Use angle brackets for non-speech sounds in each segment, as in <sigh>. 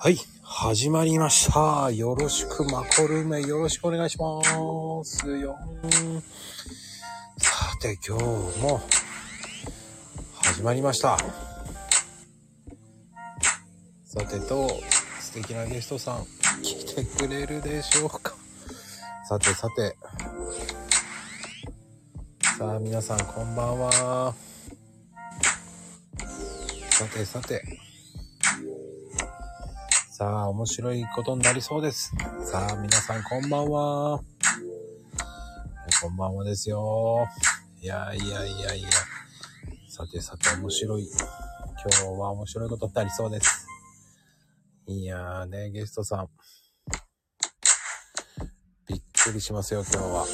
はい、始まりました。よろしく、マコルメ、よろしくお願いしますよ。さて、今日も始まりました。さてと、素敵なゲストさん、来てくれるでしょうか。さてさて。さあ、皆さん、こんばんは。さてさて。さあ、面白いことになりそうです。さあ、皆さんこんばんは。こんばんはですよ。いやいやいやいや。さてさて、面白い。今日は面白いことになりそうです。いやーね、ゲストさん。びっくりしますよ、今日は。は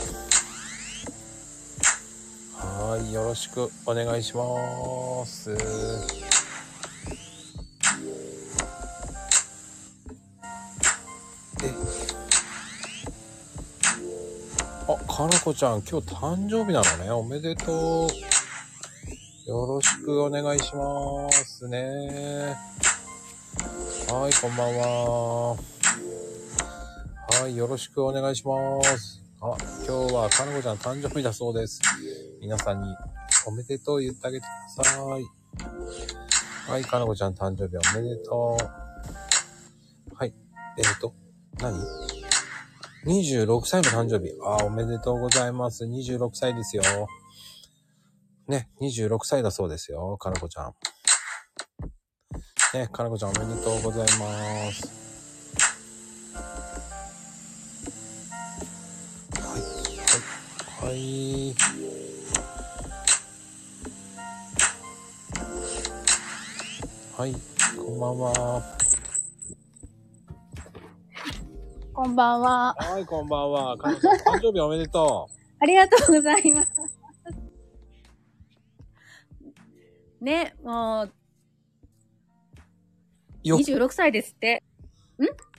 ーい、よろしくお願いします。えあかなこちゃん今日誕生日なのねおめでとうよろしくお願いしますねはいこんばんははいよろしくお願いしますあ今日はかなこちゃん誕生日だそうです皆さんにおめでとう言ってあげてくださいはいかなこちゃん誕生日おめでとうはいえっ、と何 ?26 歳の誕生日。ああ、おめでとうございます。26歳ですよ。ね、26歳だそうですよ。かなこちゃん。ね、かなこちゃんおめでとうございます。はい、はい、はい。はい、こんばんは。こんばんは。はい、こんばんは。かなこちゃん、誕生日おめでとう。ありがとうございます。ね、もう、よ26歳ですって。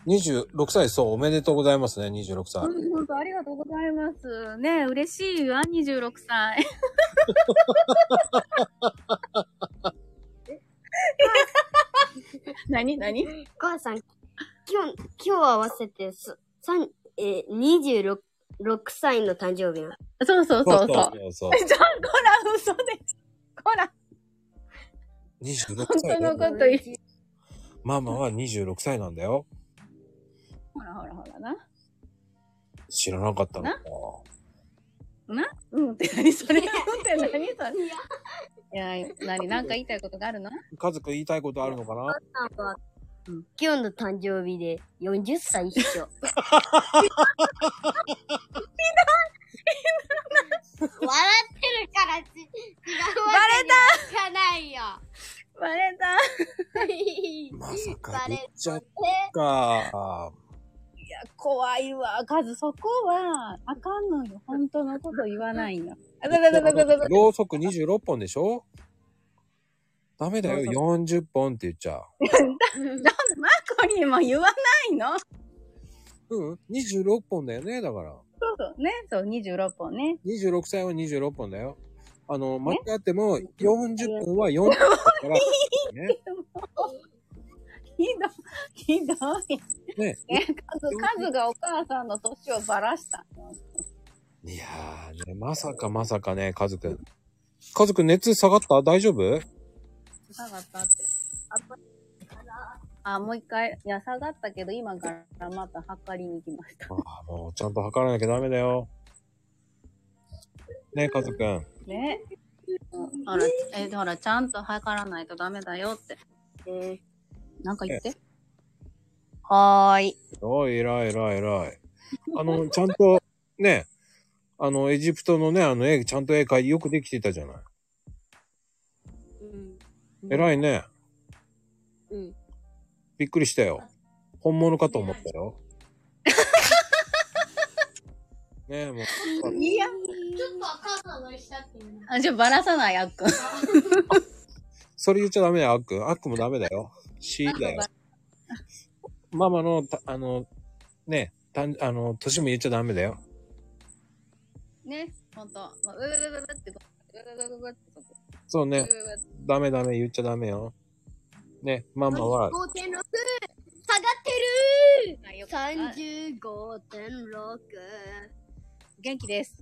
26歳、そう、おめでとうございますね、26歳。本当ありがとうございます。ね、嬉しいわ、26歳。 <laughs> 何何お母さん、今日、今日合わせてす、三、えー、26、6歳の誕生日なの。そうそうそうそう。そう <laughs> そうえ、ちょ、こら、嘘でしょ。こら、 26 <laughs> 本歳当のだよ。こと言う。ママは26歳なんだよ。ほらほらほらな。知らなかったのか。うんって何そ <laughs> れ。うんって何それ。いや、何、なんか言いたいことがあるの家族言いたいことあるのかなお母さんは、今日の誕生日で40 <laughs> 歳一緒。ひどい笑ってるからち、違うわけにはいかないよ。バレた。まさか言っちゃった。いや、怖いわ。カズ、そこは、あかんのよ。本当のこと言わないの。あだだだだだだだ。ろうそく26本でしょダメだよ、40本って言っちマゃ。コにも言わないの。そううん、26本だよね、だから。うそう。ね。そう、26本ね。 26歳は26本だよ。あの、間違っても、40本は40本だから、 <laughs> ね、ひどい。ひどい。ね。ね、カズ、カズがお母さんの年をばらしたの。いやー、ね、まさかまさかね、カズくん。カズくん熱下がった大丈夫下がったって。あとあ、もう一回。いや、下がったけど、今からまた測りに行きました。ああ、もうちゃんと測らなきゃダメだよ。ねえ、カズくん。ね。ほら、え、ほら、ちゃんと測らないとダメだよって。えー、なんか言って。はーい。おい、偉い、偉い、偉い。あの、ちゃんと、ね、あの、エジプトのね、あの、絵、ちゃんと絵描いよくできてたじゃない。偉いね。うん。びっくりしたよ。本物かと思っ <laughs> たよ。ねえ、もう。いや。ちょっと赤さのしたっていうあ、じゃあばらさない、あっくん。それ言っちゃダメだよ、あっくん。あっくんもダメだよ。C だよ。ママの、たあの、ね、たんあの、年も言っちゃダメだよ。ね、ほんと。もううるるるるって、うるるるるって、そうねう。るるるってダメダメ言っちゃダメよ。ね、ママは、皇帝の数、下ががよかった35.6。元気です。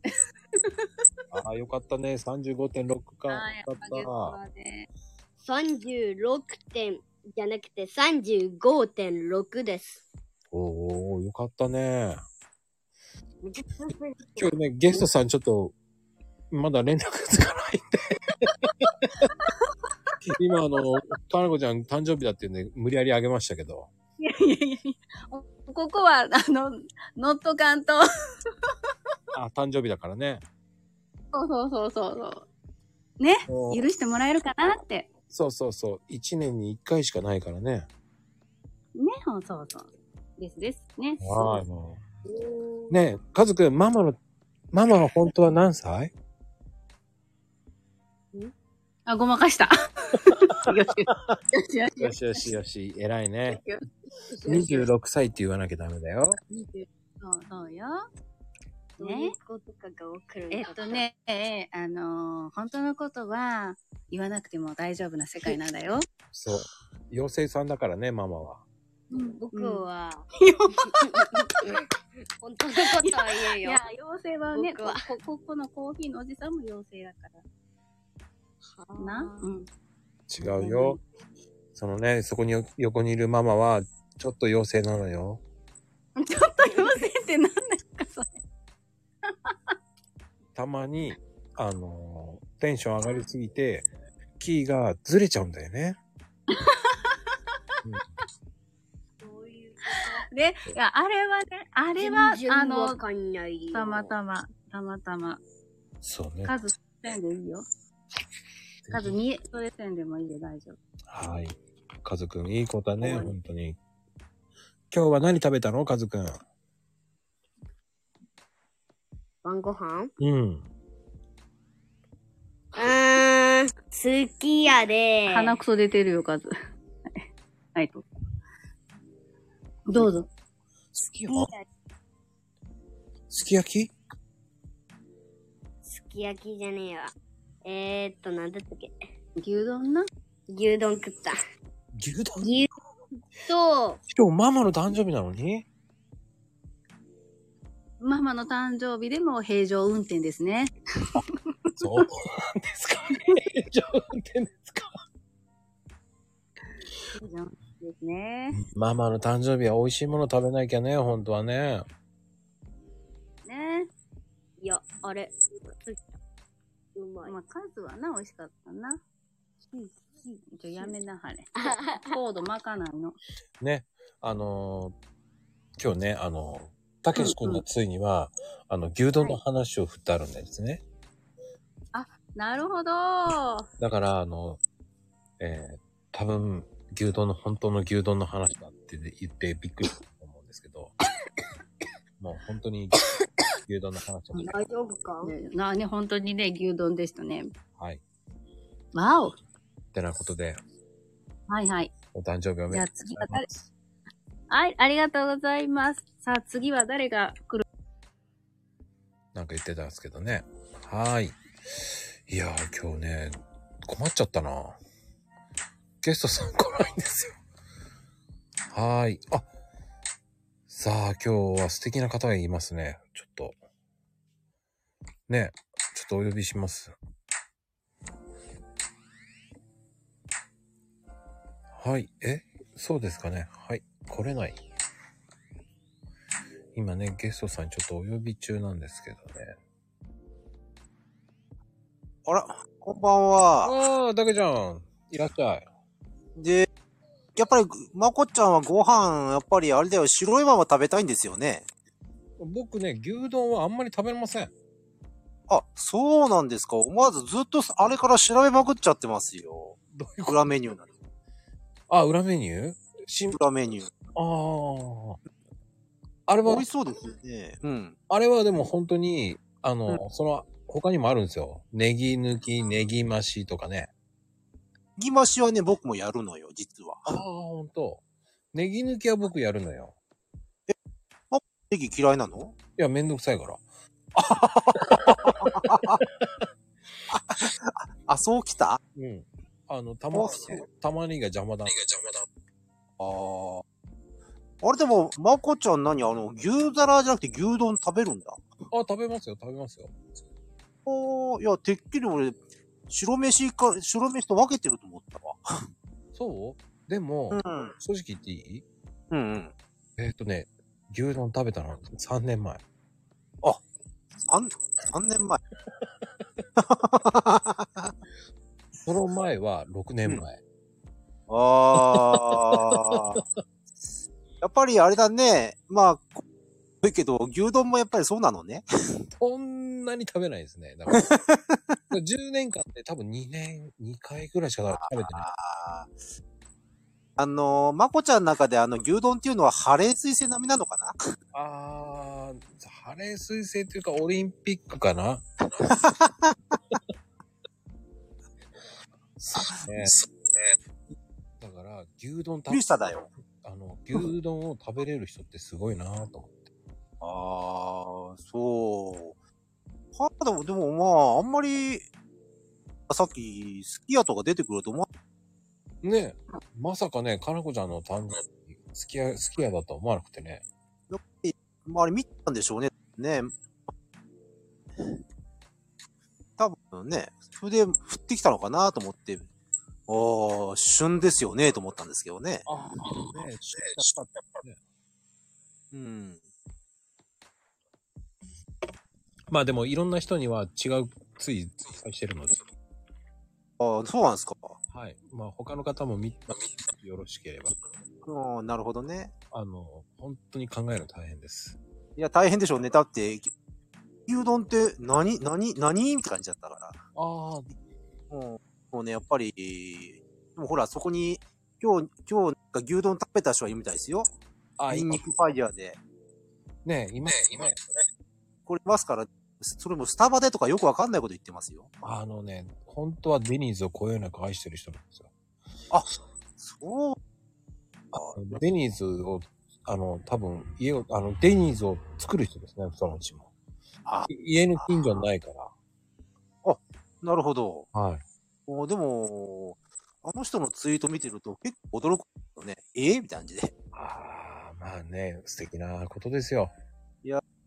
ああ、よかったね。35.6か。はい、よおかかっげた。さまで。 36点じゃなくて35.6です。 <laughs> おおよかったね。めちゃくちゃ増えて今日ね、ゲストさんちょっと、まだ連絡つかないん <laughs> で。今、あの、かなこちゃん誕生日だっていうんで、無理やりあげましたけど。いやいやいやいやおここは、あの、ノットカント。あ、誕生日だからね。そうそうそうそうそう。ね、許してもらえるかなって。そうそうそう。一年に一回しかないからね。ね、そうそうそう。ですです。ね。はい、もう。ねえ、カズくん、ママの、ママの本当は何歳あ、ごまかした。よしよしよしよしよしよし、偉いね。よし。 26歳って言わなきゃダメだよ。 26そうそうよ。どういうことかがわかるえっと。ね、えーあのー本当のことは言わなくても大丈夫な世界なんだよ。そう。妖精さんだからね、ママは。僕うんは、本当のことは言えいよや。、妖精はね、僕こはこここのコーヒーのおじさんも妖精だから。な、 <laughs> うん、違うよ。そのね、そこに横にいるママは、ちょっと妖精なのよ。ちょっと妖精ってなんだかそれ。たまに、あのーテンション上がりすぎて、キーがずれちゃうんだよね。そういうで、いや、あれはね、 <laughs> あれは全、然あわの、かんないよたまたま、たまたま、そうね。数点でいいよ。数2、それ点でもいいよ、大丈夫。はい。カズくん、いい子だね、本当に。今日は何食べたのカズくん。晩 <laughs> ご飯うん。うーん、好きやで。鼻くそ出てるよ、数。 <laughs> はい、どうぞ。どうぞ。すき好よ。すき焼きき焼きじゃねえわ。えー、っと、なんだったっけ。牛丼な。牛丼食った。牛丼牛と、今日ママの誕生日なのにママの誕生日でも平常運転ですね。そうなんですかね。じゃあ運転ですか平常運転ですね。ママの誕生日は美味しいもの食べなきゃね、本当はね。ね。いや、あれ、ついた。うまい。まあ、数はな、美味しかったな。 <laughs> ちょ、やめなはれ。コード巻かないの。ね、あのー今日ね、あのーたけし君のついには、あの、牛丼の話を振ってあるんですね。なるほど。はだから、あの、えー、多分、牛丼の、本当の牛丼の話だって言ってびっくりしたと思うんですけ <laughs> ど、もう本当に牛丼の話を、大丈夫かいなあね、本当にね、牛丼でしたね。はい。わお。ってなことで、はいはい。お誕生日おめじゃであとう次ごはざいま誰す。はい、ありがとうございます。さあ次は誰が来る <laughs> なんか言ってたんですけどね。はーい。いやー、今日ね、困っちゃったな。ゲストさん来ないんですよ。はーい。あ、さあ、今日は素敵な方がいますね。ちょっと。ね、ちょっとお呼びします。はい。えそうですかね。はい。来れない。今ね、ゲストさんちょっとお呼び中なんですけどね。あら、こんばんは。ああ、だけじゃん。いらっしゃい。で、やっぱり、まこちゃんはご飯、やっぱりあれだよ、白いまま食べたいんですよね。僕ね、牛丼はあんまり食べれません。あ、そうなんですか。思わずずっとあれから調べまくっちゃってますよ。どう裏メニューなの。あ、裏メニューしん、あ裏メニュー。あ。あれ美は味、しそうですよね。うん。あれはでも本当に、あの、その、他にもあるんですよ。ネギ抜き、ネギ増しとかね。ぎましはね、僕もやるのよ、実は。ああ、ほんと。ネギ抜きは僕やるのよ。ネギ嫌いなのいや、めんどくさい <laughs> から。あ、そうきたあうん。あの、たまあそう、たまにが邪魔だ。あー。あれでも、まこちゃん何あの、牛皿じゃなくて牛丼食べるんだ。あ、食べますよ、食べますよ。おー、いや、てっきり俺、白飯か、白飯と分けてると思ったわ。そうでも、うん。正直言っていいうんうん。えっ、とね、牛丼食べたのは3年前。三、三年前。その前は6年前。あー。やっぱりあれだね。まあ、こ多いけど、牛丼もやっぱりそうなのね。 <laughs> そんなに食べないですね。だから10年間で多分2年、2回ぐらいしか食べてない。あーあのー、まこちゃんの中であの牛丼っていうのはハレー彗星並みなのかなあー、ハレー彗星っていうかオリンピックかなそうね。だから、牛丼食びっくりしただよ。あの、牛丼を食べれる人ってすごいなぁと思って。ああ、そう。はあ、でも、でもまあ、あんまり、さっき、スキヤとか出てくると思わねえまさかね、かなこちゃんの誕生日、好きや、好きやだとは思わなくてね。なくて、まあ、あれ見たんでしょうね。ね。多分ね、それで降ってきたのかなと思って、ああ、旬ですよね、と思ったんですけどね。ああ、ねえ、したうん。まあでも、いろんな人には違う、つい、ついしてるので。ああ、そうなんですか。はい。まあ、他の方も見、まあ見てよろしければ。うん、なるほどね。あの、本当に考えるの大変です。いや、大変でしょうね。だって、牛丼って何、何、何って感じだったから。ああ、うん、もうね、やっぱり、でもほら、そこに、今日、今日、牛丼食べた人がいるみたいですよ。あニン今ニクファイヤーで。ねえ、今、今、これいますから、それもスタバでとかよくわかんないこと言ってますよ。あのね、本当はデニーズをこよなく愛してる人なんですよ。そう。デニーズを、あの、多分、家を、あの、デニーズを作る人ですね、そのうちも。あ家の近所にないから。なるほど。はい。おでも、あの人のツイート見てると結構驚くよね。ええみたいな感じで。ああ、まあね、素敵なことですよ。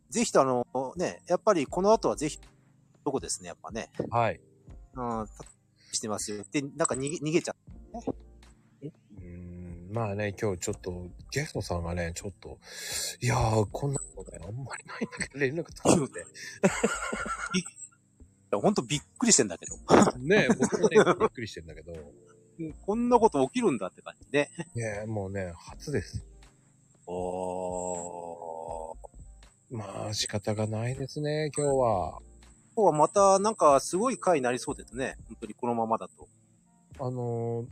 ぜひとあの、ね、やっぱりこの後はぜひ、どこですね、やっぱね。はい。うん、してますよ。で、なんか逃げ、逃げちゃう。うーん、まあね、今日ちょっと、ゲストさんがね、ちょっと、いやー、こんなことね、あんまりないんだけど、連絡取るいやほんとびっくりしてんだけど。んで。ね僕もね、びっくりしてんだけど、 <laughs> こんなこと起きるんだって感じ <laughs> で。ねもうね、初です。おー。まあ、仕方がないですね、今日は。今日はまたなんかすごい回になりそうですね。本当にこのままだと。あのー、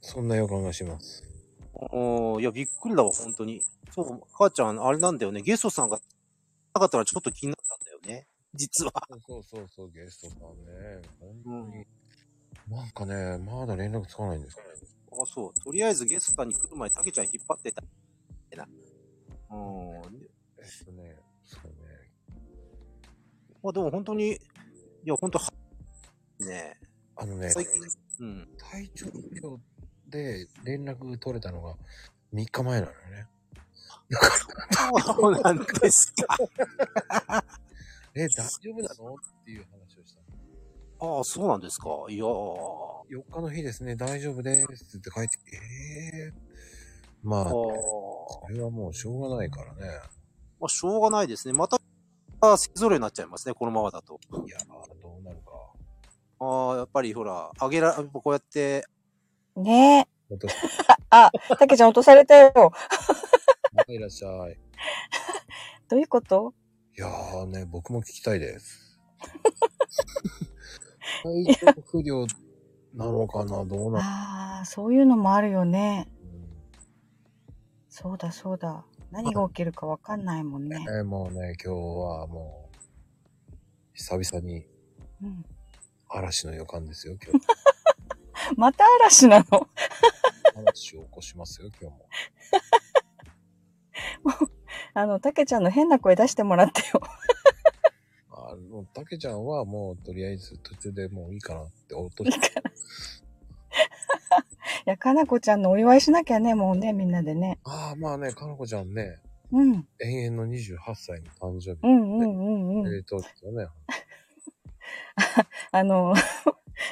そんな予感がします。おーいや、びっくりだわ、本当に。そう、母ちゃん、あれなんだよね。ゲストさんがなかったらちょっと気になったんだよね。実は。そうそうそう、ゲストさんね。本う当んに。なんかね、まだ連絡つかないんですよね。あ、そう。とりあえずゲストさんに来る前、たけちゃん引っ張ってた。ってな。うん。えっとね、そうね。まあでも本当に、いや、本当は、ねあのえ。ね、最近、うん。体調不良で連絡取れたのが3日前なのよね。そうなんですか。 <laughs> え、大丈夫なのっていう話をしたの。ああ、そうなんですか。いやー。 4日の日ですね、大丈夫ですって書いてきて、えー、まあ、ああこれはもうしょうがないからね。まあ、しょうがないですね。また、あせぞれになっちゃいますね、このままだと。いやー、どうなるか。ああ、やっぱりほら、あげら、やっぱこうやって、ねえ。お父さん、あ、たけちゃん落とされたよ。 <laughs> またいらっしゃい。どういうこといやーね、僕も聞きたい <laughs> です。体調不良なのかな、どうなのああ、そういうのもあるよね。うんそうだそうだ。何が起きるかわかんないもんね。えーもうね、今日はもう、久々にうん、嵐の予感ですよ、今日。 <laughs> また嵐なの <laughs> 嵐を起こしますよ、今日も。あの、たけちゃんの変な声出してもらってよ。あの、たけちゃんはもう、とりあえず途中でもういいかなって落として、や、かなこちゃんのお祝いしなきゃね、もうね、みんなでね。ああ、まあね、かのこちゃんね、うん。永遠の28歳の誕生日。うんうんうんおうめん。でとうですよね。あの、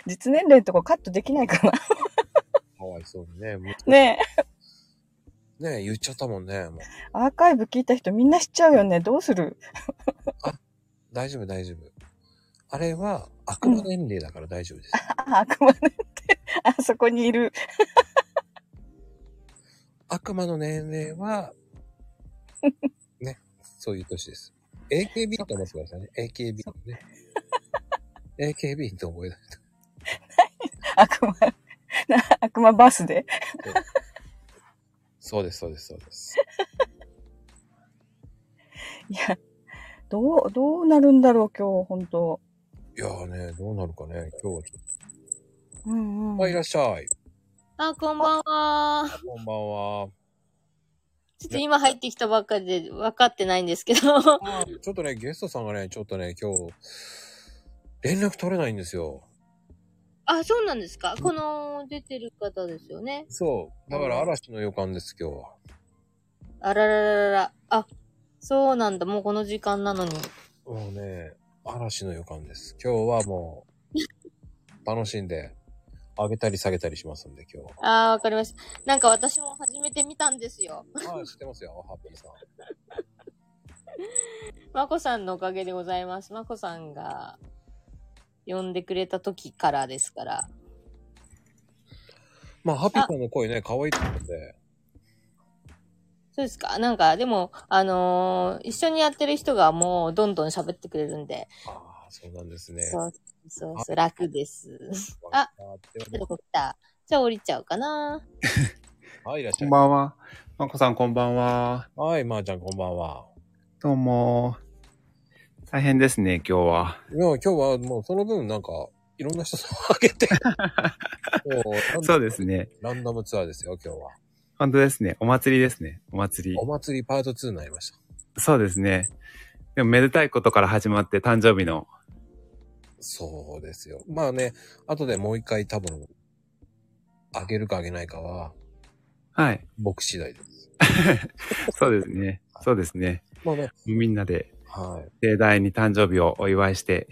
実年齢のとこカットできないかな。かわいそうにね。もうねえね言っちゃったもんね。もうアーカイブ聞いた人みんな知っちゃうよね。どうする <laughs> 大丈夫、大丈夫。あれは悪魔年齢だから大丈夫です。あ、悪魔なんて、あそこにいる。悪魔の年齢は、ね、そういう年です。AKB と思ってくださいね。AKB と <laughs> ね。AKB と覚えないと。悪魔、な <laughs> 悪魔バースで。 <laughs> そうです、そうです、そうです。いや、どう、どうなるんだろう、今日、本当いやーね、どうなるかね。今日はちょっうんと。はい、いらっしゃい。あ、こんばんは。こんばんは。ちょっと今入ってきたばっかりで分かってないんですけど。あちょっとね、ゲストさんがね、ちょっとね、今日、連絡取れないんですよ。、そうなんですかこの出てる方ですよね。そう。だから嵐の予感です、今日は。あららららら。あ、そうなんだ。もうこの時間なのに。もうね、嵐の予感です。今日はもう、楽しんで、上げたり下げたりしますんで、今日は。あー、わかりました。なんか私も初めて見たんですよ。はい、知ってますよ、ハッピーさん。まこさんのおかげでございます。まこさんが呼んでくれた時からですから。まあ、ハッピーさんの声ね、可愛いと思うんで。そうですかなんか、でも、あのー一緒にやってる人がもうどんどん喋ってくれるんで。ああ、そうなんですね。そうそうそう、楽です。あわかってちょっまとこ来た。じゃあ降りちゃおうかな。すはい、いらっしこゃいん。ばんは。まこさんこんばんは。はい、まー、ちゃん、こんばんは。どうも。大変ですね、今日は。いや、今日はもうその分、なんか、いろんな人さんあげ <laughs> て。もそうです。ね。ランダムツアーですよ、今日は。本当ですね。お祭りですね。お祭りお。祭りパート2になりました。そうですね。でもめでたいことから始まって誕生日の。そうですよ。まあね、後でもう一回多分、あげるかあげないかは、はい。僕次第です。 <laughs> そうですね。そうですね。まあね、みんなではい。盛大に誕生日をお祝いして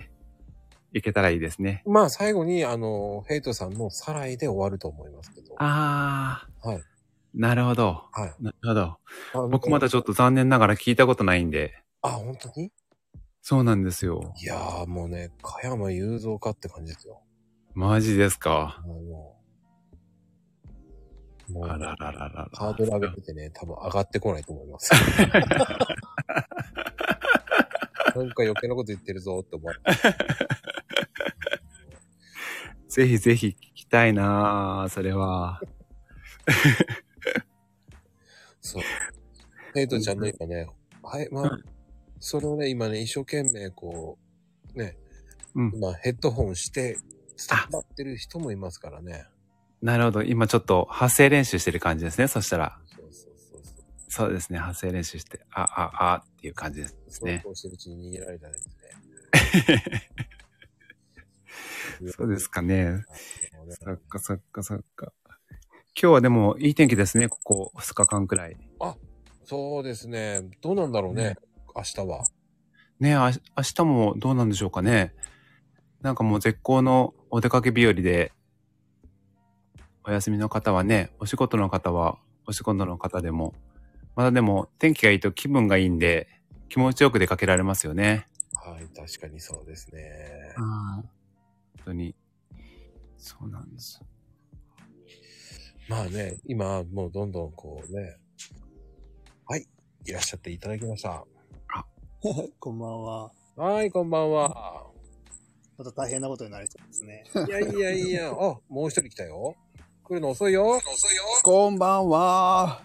いけたらいいですね。まあ最後に、あの、ヘイトさんのさらいで終わると思いますけど。あー。はいなるほど。はい。なるほど。あの僕まだちょっと残念ながら聞いたことないんで。あ、本当にそうなんですよ。いやーもうね、加山雄三かって感じですよ。マジですか。もう、もう、もうあららららら。ハードル上げててね、多分上がってこないと思い <laughs> ます。なんか余計なこと言ってるぞって思われて。 <laughs> ぜひぜひ聞きたいなぁ、それは。そう。ヘイトちゃんの今ね、はい、まあ、それをね、今ね、一生懸命こう、ね、うん今ヘッドホンして伝わってる人もいますからね。なるほど。今ちょっと発声練習してる感じですね。そしたら。そうそうそうそう。そうですね。発声練習して、あ、あ、あっていう感じです。ねそうこうしてるうちに逃げられたんですね。 <laughs> そうですかね。もうねそっかそっかそっか。今日はでもいい天気ですね。ここ2日間くらい。そうですね。どうなんだろうね。ね明日は。ねあ明日もどうなんでしょうかね。なんかもう絶好のお出かけ日和で、お休みの方はね、お仕事の方は、お仕事の方でも、まだでも天気がいいと気分がいいんで、気持ちよく出かけられますよね。はい、確かにそうですね。本当に。そうなんです。まあね、今、もうどんどんこうね。はい、いらっしゃっていただきました。こんばんは。はい、こんばんは。また大変なことになりそうですね。いやいやい <laughs> や、あ、もう一人来たよ。来るの遅いよ。こんばんは。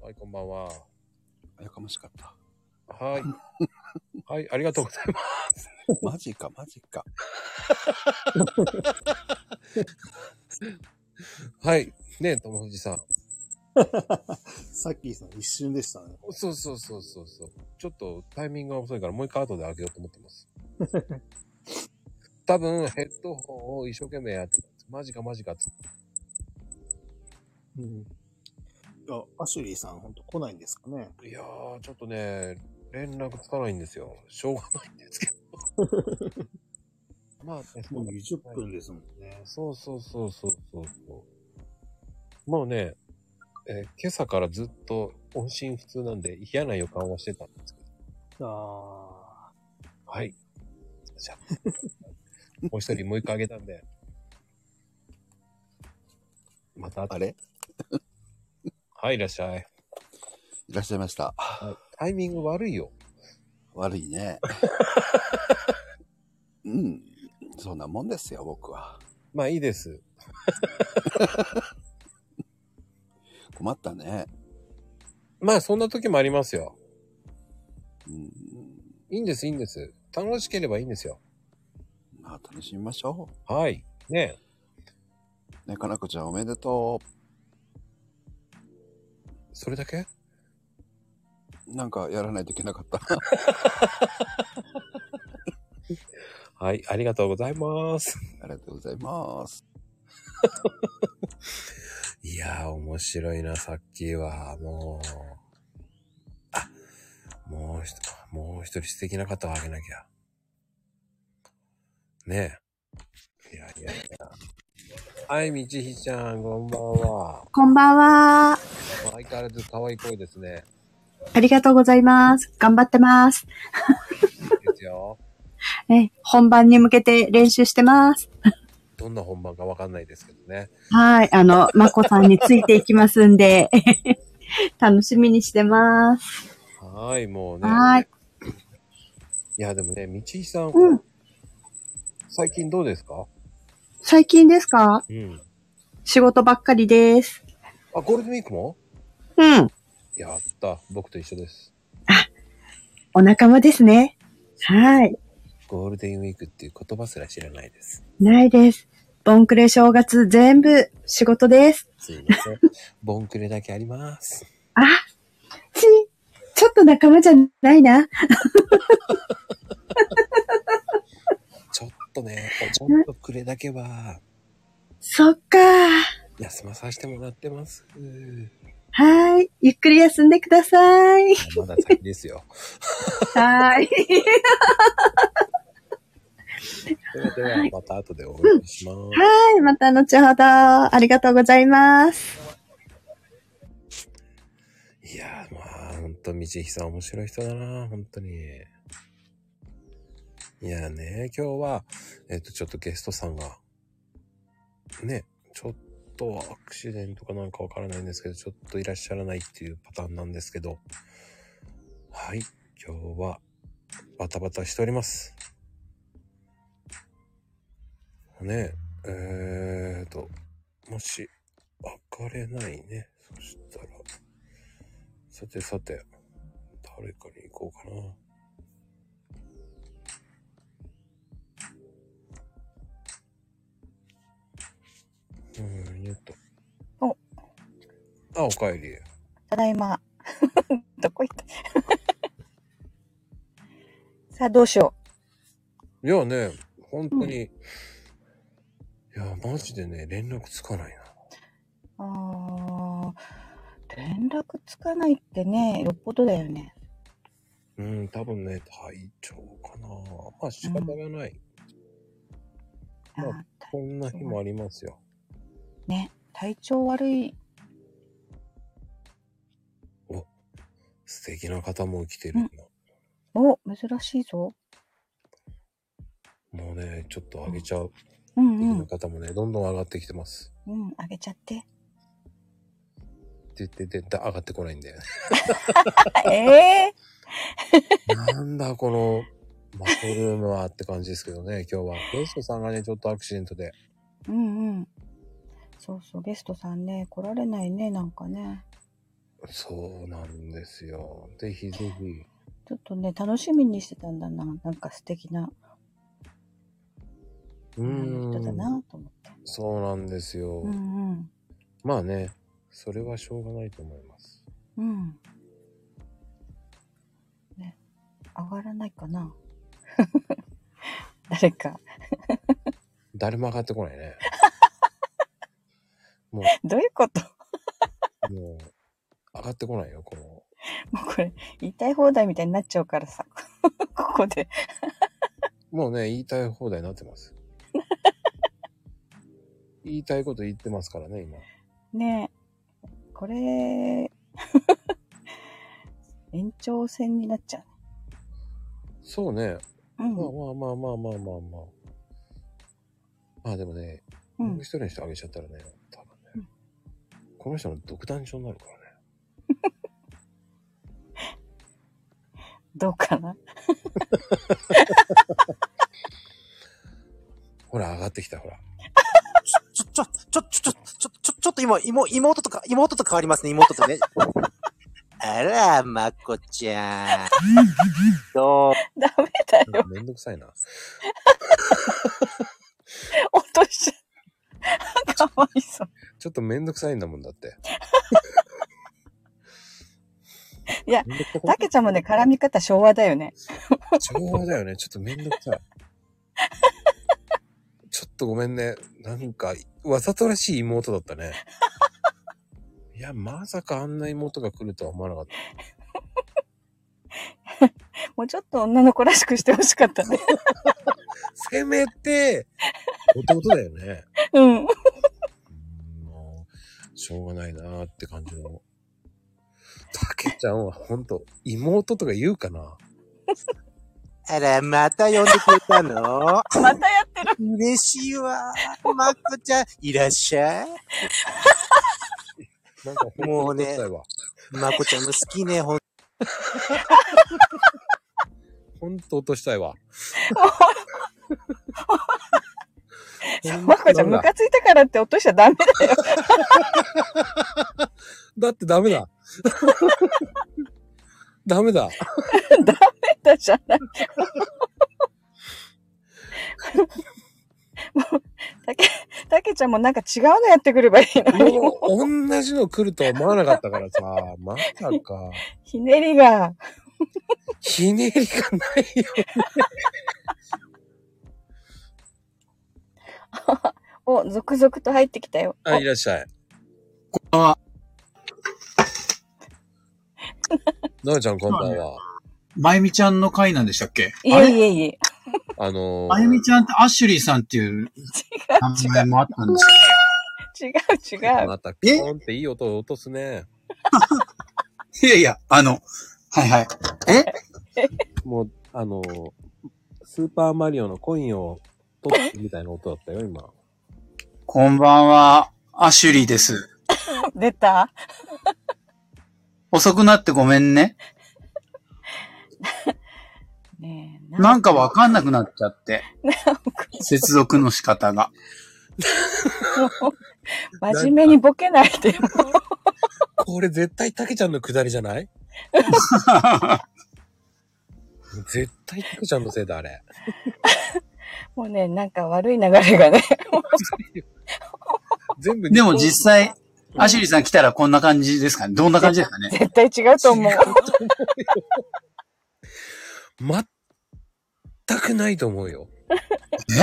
はい、こんばんは。やかましかった。はい。はい、ありがとうございます。マジか、マジか。 <laughs> はい。ねえ、友藤さん。さっきさん一瞬でしたね。そうそうそうそうそう。ちょっとタイミングが遅いからもう一回後で上げようと思ってます。多分ヘッドホンを一生懸命やってたんです。マジかマジかっつって。うん。いや、アシュリーさん、本当来ないんですかね。いやー、ちょっとね、連絡つかないんですよ。しょうがないんですけど。まあ、ね、もう20分ですもんね。そうそうそうそうそうそう。もうね、えー今朝からずっと音信不通なんで嫌な予感はしてたんですけど。あはい。じゃあ、もう一人もう一回あげたんで。また後であれはい、いらっしゃい。いらっしゃいました。タイミング悪いよ。悪い <laughs> ね。うん。そんなもんですよ、僕は。まあいいです。困ったね。まあそんな時もありますよ。うん。いいんです、いいんです。楽しければいいんですよ。まあ、楽しみましょはい。ねう。ね、かなこちゃんおめでとえそれだけう。なんかやらないといけなかった。はい、ありがとうございます。ありがとうございます。 <laughs> いやー、面白いな、さっきは。もう。あ、もう一人、もう一人素敵な方をあげなきゃ。ねえ。いやいやいや。はい、みちひちゃん、こんばんは。こんばんは。相変わらず可愛い声ですね。ありがとうございます。頑張っ <laughs> てます。いいですよ。え、本番に向けて練習してます。どんな本番かわかんないですけどね。はい。あの、まこさんについていきますんで、 <laughs> 楽しみにしてます。はーい、もうね。はいい。や、でもね、みちひさん、うん。最近どうですか最近ですかうん。仕事ばっかりです。あ、ゴールデンウィークもうん。やった。僕と一緒です。お仲間ですね。はい。ゴールデンウィークっていう言葉すら知らないです。ないです。ボンクレ正月全部仕事です。すいませ <laughs> ん。ボンクレだけあります。あ、ち、ちょっと仲間じゃないな。ちょっとね、ちょっとくれだけは、そっか。休まさせてもらって <laughs> ます。はい。ゆっくり休んでください。まだ先ですよ。 <laughs> はい。ではでは、また後でお会いします。はい、また後ほど。ありがとうございます。いやー、まあ、ほんと、道彦さん面白い人だな、本当に。いやーね、今日は、えっ、と、ちょっとゲストさんが、ね、ちょっとアクシデントかなんかわからないんですけど、ちょっといらっしゃらないっていうパターンなんですけど、はい、今日は、バタバタしております。ね、えーと、もし、明かれないね、そしたら、さてさて、誰かに行こうかな。うーん、よっと。おあ、おかえり。ただいま。 <laughs> どこ行った <laughs> さあ、どうしよいやね、本当に、いや、マジでね、連絡つかないな。う。あー連絡つかないってね、よっぽどだよね。うん、多分ね、体調かな。まあ仕方がない。あーまこんな日もありますよ。ね、体調悪い。素敵な方も来てるな。お、珍しいぞ。もうね、ちょっと上げちゃう。うん素敵う。なん方もね、どんどん上がってきてます。うん、あげちゃって。 <laughs> って言って、で、だ上がってこないんだ <laughs> よね。あええなんだこの、マットルームはって感じですけどね、今日は。ゲストさんがね、ちょっとアクシデントで。うんうん。そうそう、ゲストさんね、来られないね、なんかね。そうなんですよ。ぜひぜひ。ちょっとね、楽しみにしてたんだな。なんか素敵なうー人だん。なと思って。そうなんですよ。うんうん。まあね、それはしょうがないと思います。 <laughs> うん。ね、上がらないかな。 <laughs> 誰か。 <laughs> 誰も上がってこないね。どういうこと <laughs> 上がってこないよ、この。もうこれ、言いたい放題みたいになっちゃうからさ、ここで。もうね、言いたい放題になって <laughs> ます。言いたいこと言ってますからね、今。ねえ、これ、延長戦になっちゃう。そうね。まあまあまあまあまあまあまあ。まあでもね、うんもう一人にしてあげちゃったらね、多分ね、この人の独断症になるからね。 <laughs> どうかなほら、上がってきた、ほら。ちょ、ちょ、ちょ、ちょ、ちょ、ちょ、ちょ、ちょっと今、妹妹とか、妹と変わりますね、妹とね。あら、まこちゃん。どうダメだよ。めんどくさいな。 <laughs> 落としちゃった。かわいそう。 <laughs> ちょっとめんどくさいんだもんだって。いや、たけちゃんもね、絡み方昭和だよね。 <laughs> 昭和だよね。ちょっとめんどくさい。ちょっとごめんね。なんか、わざとらしい妹だったね。いや、まさかあんな妹が来るとは思わなかった。 <laughs> もうちょっと女の子らしくしてほしかったね。せめて、弟だよね。 <laughs> うん。しょうがないなーって感じの。たけちゃんはほんと、妹とか言うかなあら、また呼んでくれたのまたやってる。嬉しいわ。まこちゃん、いらっしゃい。なんかもうね、まこちゃんも好きね、ほんほんと落としたいわ。まこちゃん、ムカついたからって落としちゃダメだ <laughs> よ。だってダメだ。ダメだ。 <laughs> ダメだじゃない。もう、たけ、たけちゃんもなんか違うのやってくればいいのに。もう、同じの来るとは思わなかったからさ、 <laughs> まさか。ひねりが。ひねりがないよね。 <laughs> お、続々と入ってきたよ。あ、いらっしゃい。こんばんは。なおちゃん、こんばんは。まゆみちゃんの回なんでしたっけいあえれいえいえ。あのまゆみちゃんってアッシュリーさんっていう名前もあったんです違う違 <laughs> う。また、ピョーンっていい音を落とすね。けど。いやいや、あの、はいはい。え <laughs> もう、あの、スーパーマリオのコインを取ってみたいな音だったよ、今。こんばんは、アッシュリーです。出た遅くなってごめんね。なんかわかんなくなっちゃって。接続の仕方が。真面目にボケないでよ。これ絶対たけちゃんのくだりじゃない <laughs> 絶対たけちゃんのせいだ、あれ。もうね、なんか悪い流れがね。全部でも実際、アシュリーさん来たらこんな感じですかねどんな感じですかね絶対違うと思う。全くないと思うよ。え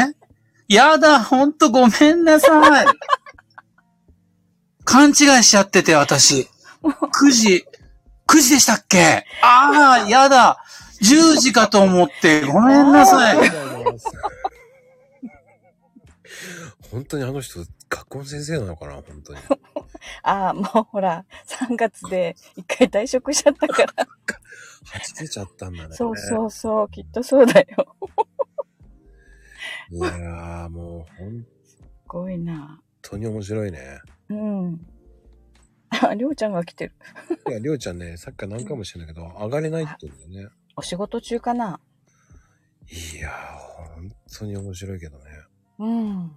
やだ、ほんとごめんなさい。勘違いしちゃってて、私。9時、9時でしたっけああ、やだ。10時かと思って、ごめんなさい。 <laughs> 本当にあの人、学校の先生なのかな、本当に。ああ、もうほら、3月で一回退職しちゃったから。はじけちゃったんだね。そうそうそう、きっとそうだよ。いやー、もう本すごいな。当に面白いね。うん。あ、りょうちゃんが来てる。いや、りょうちゃんね、さっきから何回もしてんだけど、上がれないって言うんだよね。お仕事中かないやー、本当に面白いけどね。うん。い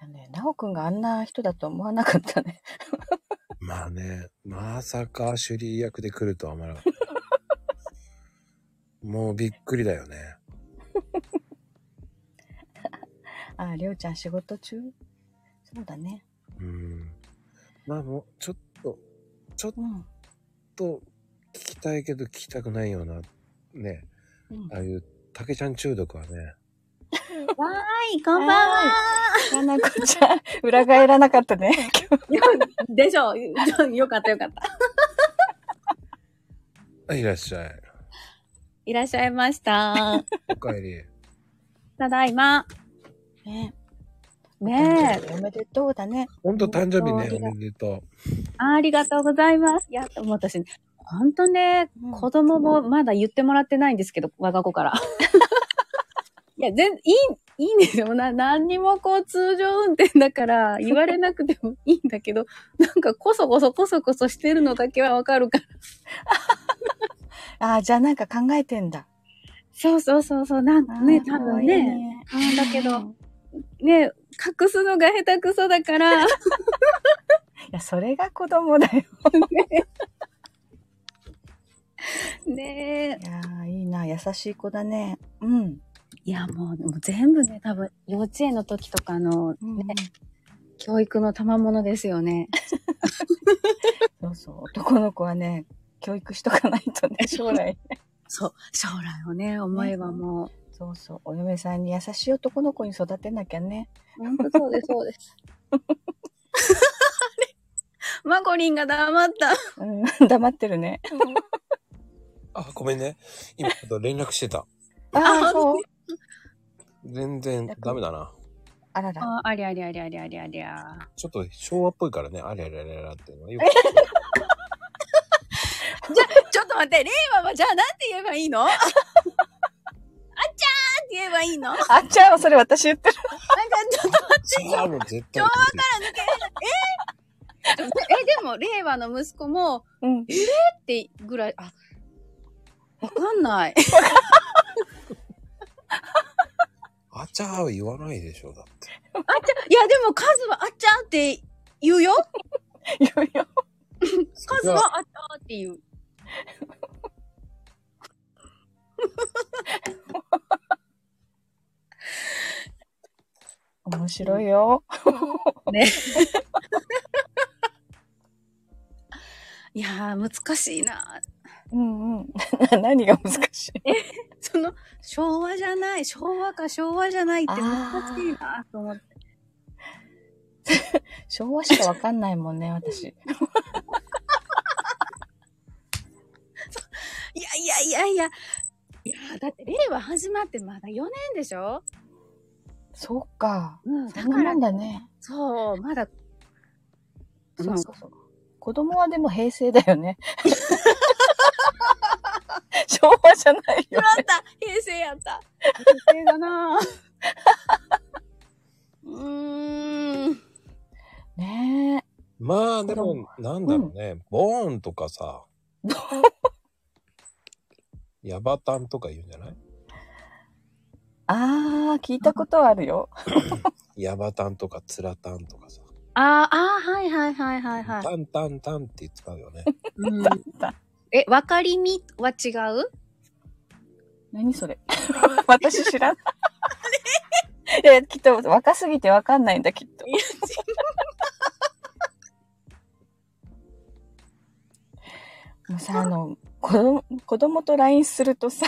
やね、なおくんがあんな人だと思わなかったね。 <laughs> まあね、まさかシュリー役で来るとは思わなかった。もうびっくりだよね。あ、りょうちゃん仕事中そうだね。うん。まあもう、ちょっと、ちょっと、聞きたいけど聞きたくないような、ね、うんああいう、たけちゃん中毒はね、わい、こんばんは。かなこちゃん、裏返らなかったね。でしょ <laughs> ちょよかったよかった。いらっしゃい。いらっしゃいました。おかえり。ただいま。ねねえ。おめでとうだね。ほんと誕生日ありね、がおめでとありがとうございます。いや、でも私、ほんとね、子供もまだ言ってもらってないんですけど、我が子から。いや、全、いい、いいんですよ。な、何にもこう通常運転だから、言われなくてもいいんだけど、 <laughs> なんかこそこそこそこそしてるのだけはわかるから。ああ、じゃあなんか考えてんだ。そうそうそうそう、なんかね、多分ね。うんだけど、ね、隠すのが下手くそだから。いや、それが子供だよ。ねえ。いやーいいな、優しい子だね。うん。いや、もう、もう全部ね、多分、幼稚園の時とかのね、教育の賜物ですよね。そうそう。男の子はね、教育しとかないとね、将来。そう、将来をね、思えばもう。そうそう。お嫁さんに優しい男の子に育てなきゃね。本当そうです、そうです。マコリンが黙った。うん、黙ってるね。う。あ、ごめんね。今ちょっと連絡してた。ああ、そう。全然ダメだな。あらら。あありゃりゃりゃりゃりゃりゃ。 <laughs> ちょっと昭和っぽいからね、ありゃりゃりゃりゃっていうのはよじゃ、ちょっと待って、令和はじゃあなんて言えばいいの <laughs> あっちゃーって言えばいいのあっちゃんはそれ私言ってる。なんかちょっとく。違うの、絶対昭和から抜けれない。ええ、でも、令和の息子も、えーってぐらい、あ、わかんない。あちゃーは言わないでしょ、だって。あっちゃ、いや、でも、カズはあっちゃんって言うよ。言うよ。カズはあっちゃんって言う。面白いよ。ね。いやー、難しいな。うんうん。な何が難しいえ、その、昭和じゃない、昭和か昭和じゃないって難しいなと思って。昭和しかわかんないもんね、私。いやいやいやいや。いやーだって令和始まってまだ4年でしょそうか。うん、だそんかならもん、だね。そう、まだ、そうそうそう。子供はでも平成だよね。 <laughs> 昭和じゃないよ。あった平成やった。平成だなぁ。うーん。ねまあ、でも、なんだろうね、ボーンとかさ、ヤバタンとか言うんじゃないあー、聞いたことはあるよ。ヤバタンとかツラタンとかさ、あー、あー、はいはいはいはいはい。タンタンタンって使うよね。 <laughs> うんえ、わかりみは違う何それ <laughs> 私知らない。いや、きっと若すぎてわかんないんだ、きっと。もうさ、あの、子供、子供と LINE するとさ、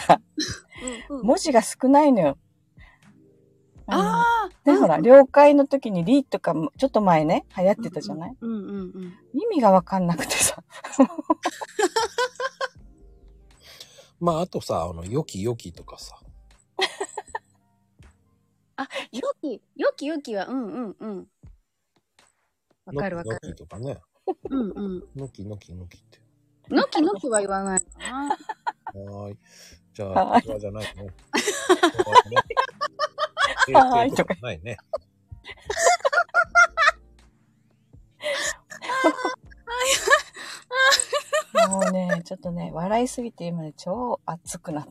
文字が少ないのよ。ああね、ほら、了解の時にリとかも、ちょっと前ね、流行ってたじゃない、 <laughs> うんうんうん。意味がわかんなくてさ。まあ、あとさ、あの、よきよきとかさ、あ、よき、よきよきは、うんうんうん。わかるわかのきる。とかね、うんうん。のきのきのきって。のきのきは言わないかな。はーい。じゃはーあ、い昭和じゃないの。はーい平成とかないね。 <laughs> もうね、ちょっとね、笑いすぎて今ね、超熱くなった。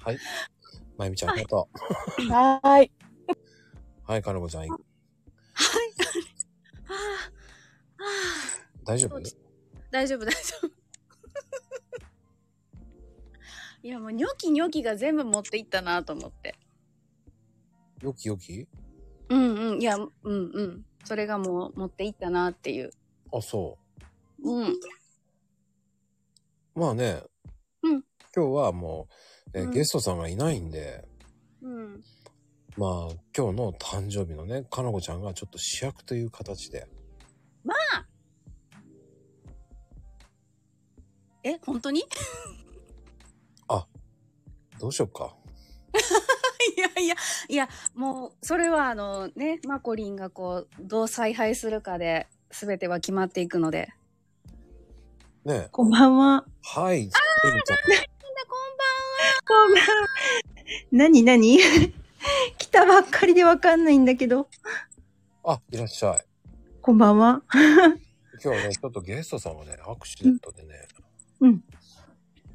<laughs> はい。まゆみちゃん、ありがとう。はーい。はい、かのこちゃん。ああ、あ大丈夫あ、大丈夫大丈夫。 <laughs> いやもうニョキニョキが全部持っていったなと思って。よきよきうんうん、いや、うんうん。それがもう持っていったなっていう。あ、そうん。う。まあね、うん今日はもう、えうんゲストさんがいないんで、うん。まあ、今日の誕生日のね、かなこちゃんがちょっと主役という形で。まあえ、本当にどうしよっか。いやいや、いや、もう、それはあのね、マコリンがこう、どう采配するかで、すべては決まっていくので。ねえ。こんばんは。はい。エミちゃんこんばんは。 <laughs> なになに来たばっかりでわかんないんだけど。あ、いらっしゃい。こんばんは。今 <laughs> 日ね、ちょっとゲストさんがね、アクシデントでね、うん。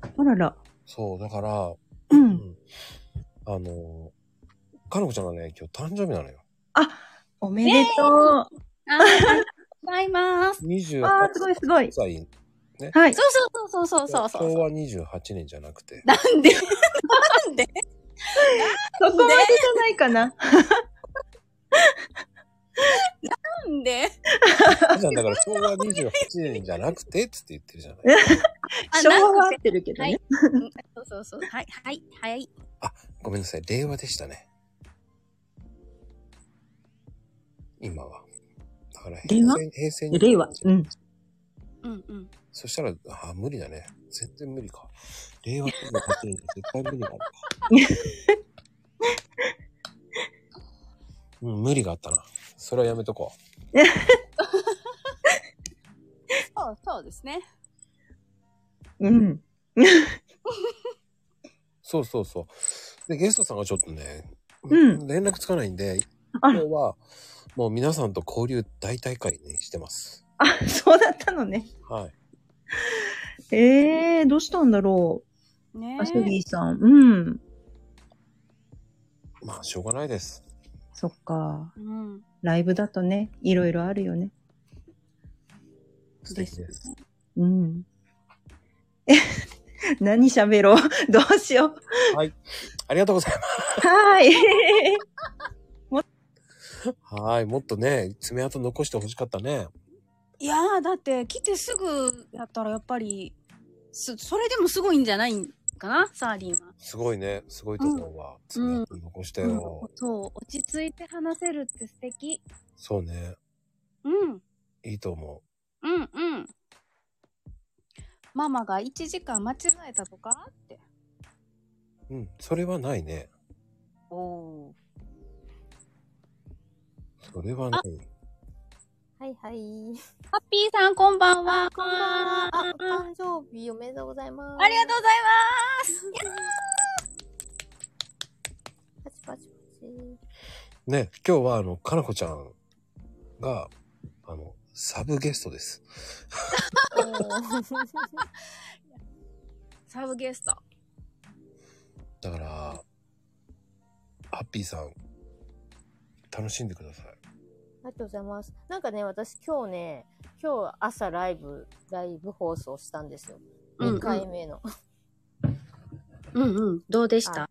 あらら。そう、だから、うん。あのー、かのこちゃんがね、今日誕生日なのよ。おめでとう。あーありがとうございます。 28あーすごいすごい歳、ね。はいそうそうそうそうそうそう。昭和28年じゃなくて。なんでなんでそこまでじゃないかな。なんで <laughs> じゃんだから昭和28年じゃなくてっつって言ってるじゃない。 <laughs> 昭和は合ってるけどね。うんそうそうそう。はい、はい、 <laughs> はい。 <laughs> ごめんなさい、令和でしたね。今は。だから令平和成、平成令和。うん。うんうん。そしたら、あー、無理だね。全然無理か。令和28年絶対無理 <laughs> だな。うん、無理があったな。それはやめとこう。そう、そうですね。うん。そうそうそう。で、ゲストさんがちょっとね、うん連絡つかないんで、今日は、もう皆さんと交流大大会にしてます。あ、そうだったのね。はい。ええー、どうしたんだろねう。アスリーさん。うん。まあ、しょうがないです。そっか。うん。ライブだとね、いろいろあるよね。素敵です。うん。え、 <laughs> 何喋ろう。 <laughs> どうしよはい。ありがとうございます。う。は <laughs> はーい。い。もっとね、爪痕残してほしかったね。いやー、だって来てすぐやったらやっぱり、す、それでもすごいんじゃないんかなサーリンは。すごいね。すごいと思うわ。爪痕残したよ。そう、落ち着いて話せるって素敵。そうね。うん、いいと思うん、うん。ママが1時間間違えたとかって。う。うん。それはないね。おお。それはない。はいはい。ハッピーさん、こんばんは。こんばあ、お誕生日おめでとうございます。ありがとうございます。 <laughs> パチパチパチ。ね、今日はあの、かなこちゃんが、あの、サブゲストです。 <laughs> サブゲスト。だから、ハッピーさん、楽しんでください。ありがとうございます。なんかね、私今日ね、今日朝ライブ、ライブ放送したんですよ。うん1回 <laughs> 目の。うんうん。どうでした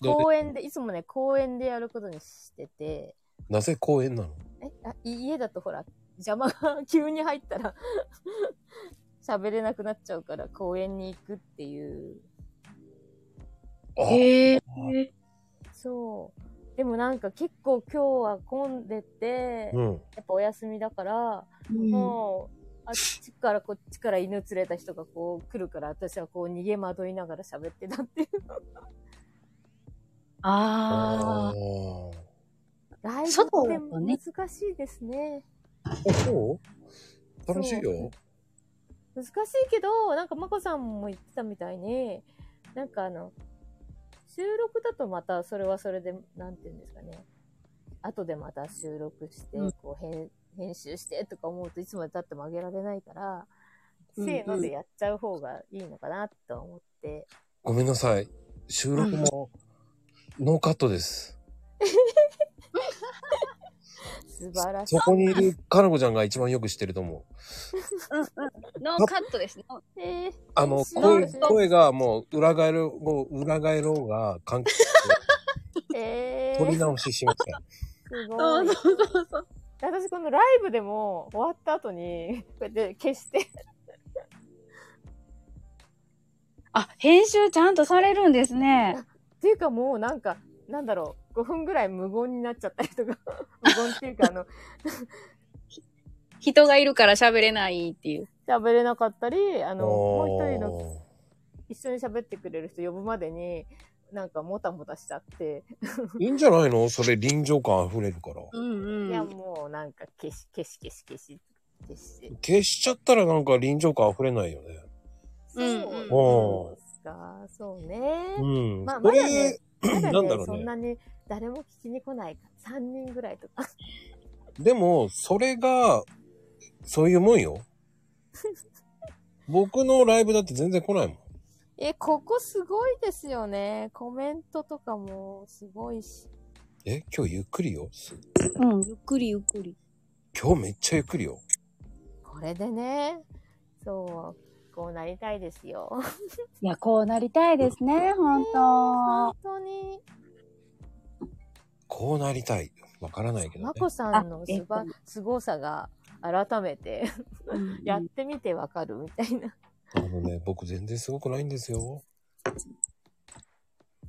どうで公園で、いつもね、公園でやることにしてて、なぜ公演なのえ、あい家だとほら、邪魔が急に入ったら、 <laughs> 喋れなくなっちゃうから公園に行くっていう。へえ。そう。でもなんか結構今日は混んでて、うんやっぱお休みだから、うんもう、あっちからこっちから犬連れた人がこう来るから、私はこう逃げ惑いながら喋ってたっていう。あー。ライ外だとブねって難しいですね。あ、そう楽しいよ。難しいけど、なんかまこさんも言ってたみたいに、なんかあの、収録だとまたそれはそれで、なんて言うんですかね。後でまた収録して、うんこう編、編集してとか思うといつまで経っても上げられないから、うんうんせーのでやっちゃう方がいいのかなと思 <laughs> って。ごめんなさい。収録も、ノーカットです。素晴らしい。そこにいるかなこちゃんが一番よく知ってると思う。うんうん。ノーカットですね。えー、あの、そう声、そう声がもう裏返る、もう裏返ろうが、関係えー、取り直ししました。 <laughs> すそごうい。そうそうそう。私このライブでも終わった後に、こうやって消して、あ、編集ちゃんとされるんですね。っていうかもうなんか、なんだろう、5分ぐらい無言になっちゃったりとか、 <laughs> 無言っていうか、あの、人がいるから喋れないっていう。喋れなかったり、あの、おーもう一人の、一緒に喋ってくれる人呼ぶまでに、なんかもたもたしちゃって、いいんじゃないのそれ臨場感溢れるから。うんうん、いや、もうなんか消し、消し、消し、消し、消し。消しちゃったらなんか臨場感溢れないよね。うんうんそうですか、そうね。うんまあ、こまれだね、まだねなんだろうねそんなに誰も聞きに来ないから、3人ぐらいとか。でも、それが、そういうもんよ。僕のライブだって全然来ないもん。 <laughs> え、ここすごいですよね。コメントとかもすごいし。え、今日ゆっくりよ。うん、ゆっくりゆっくり。今日めっちゃゆっくりよ。これでね、そう、こうなりたいですよ。いや、こうなりたいですね、本当本当に。こうなりたい。わからないけどねま。こさんのすば、すごさが改めてやってみてわかるみたいな。あのね、僕全然すごくないんですよ。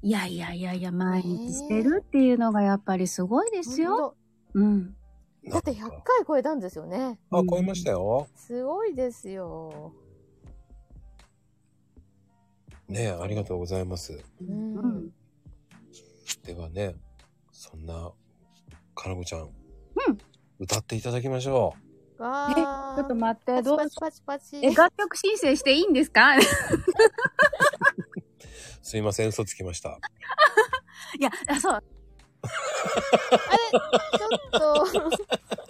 いやいやいやいや、毎日してるっていうのがやっぱりすごいですよ。うん。だって100回超えたんですよね。あ、超えましたよ。すごいですよ。ねえありがとうございます。うん。ではね、そんな、かなこちゃん。歌っていただきましょう。ちえ、ょっと待って、どうパチパチパチえ、楽曲申請していいんですか <laughs> いすいません、嘘つきました。や、あそう。ちょっと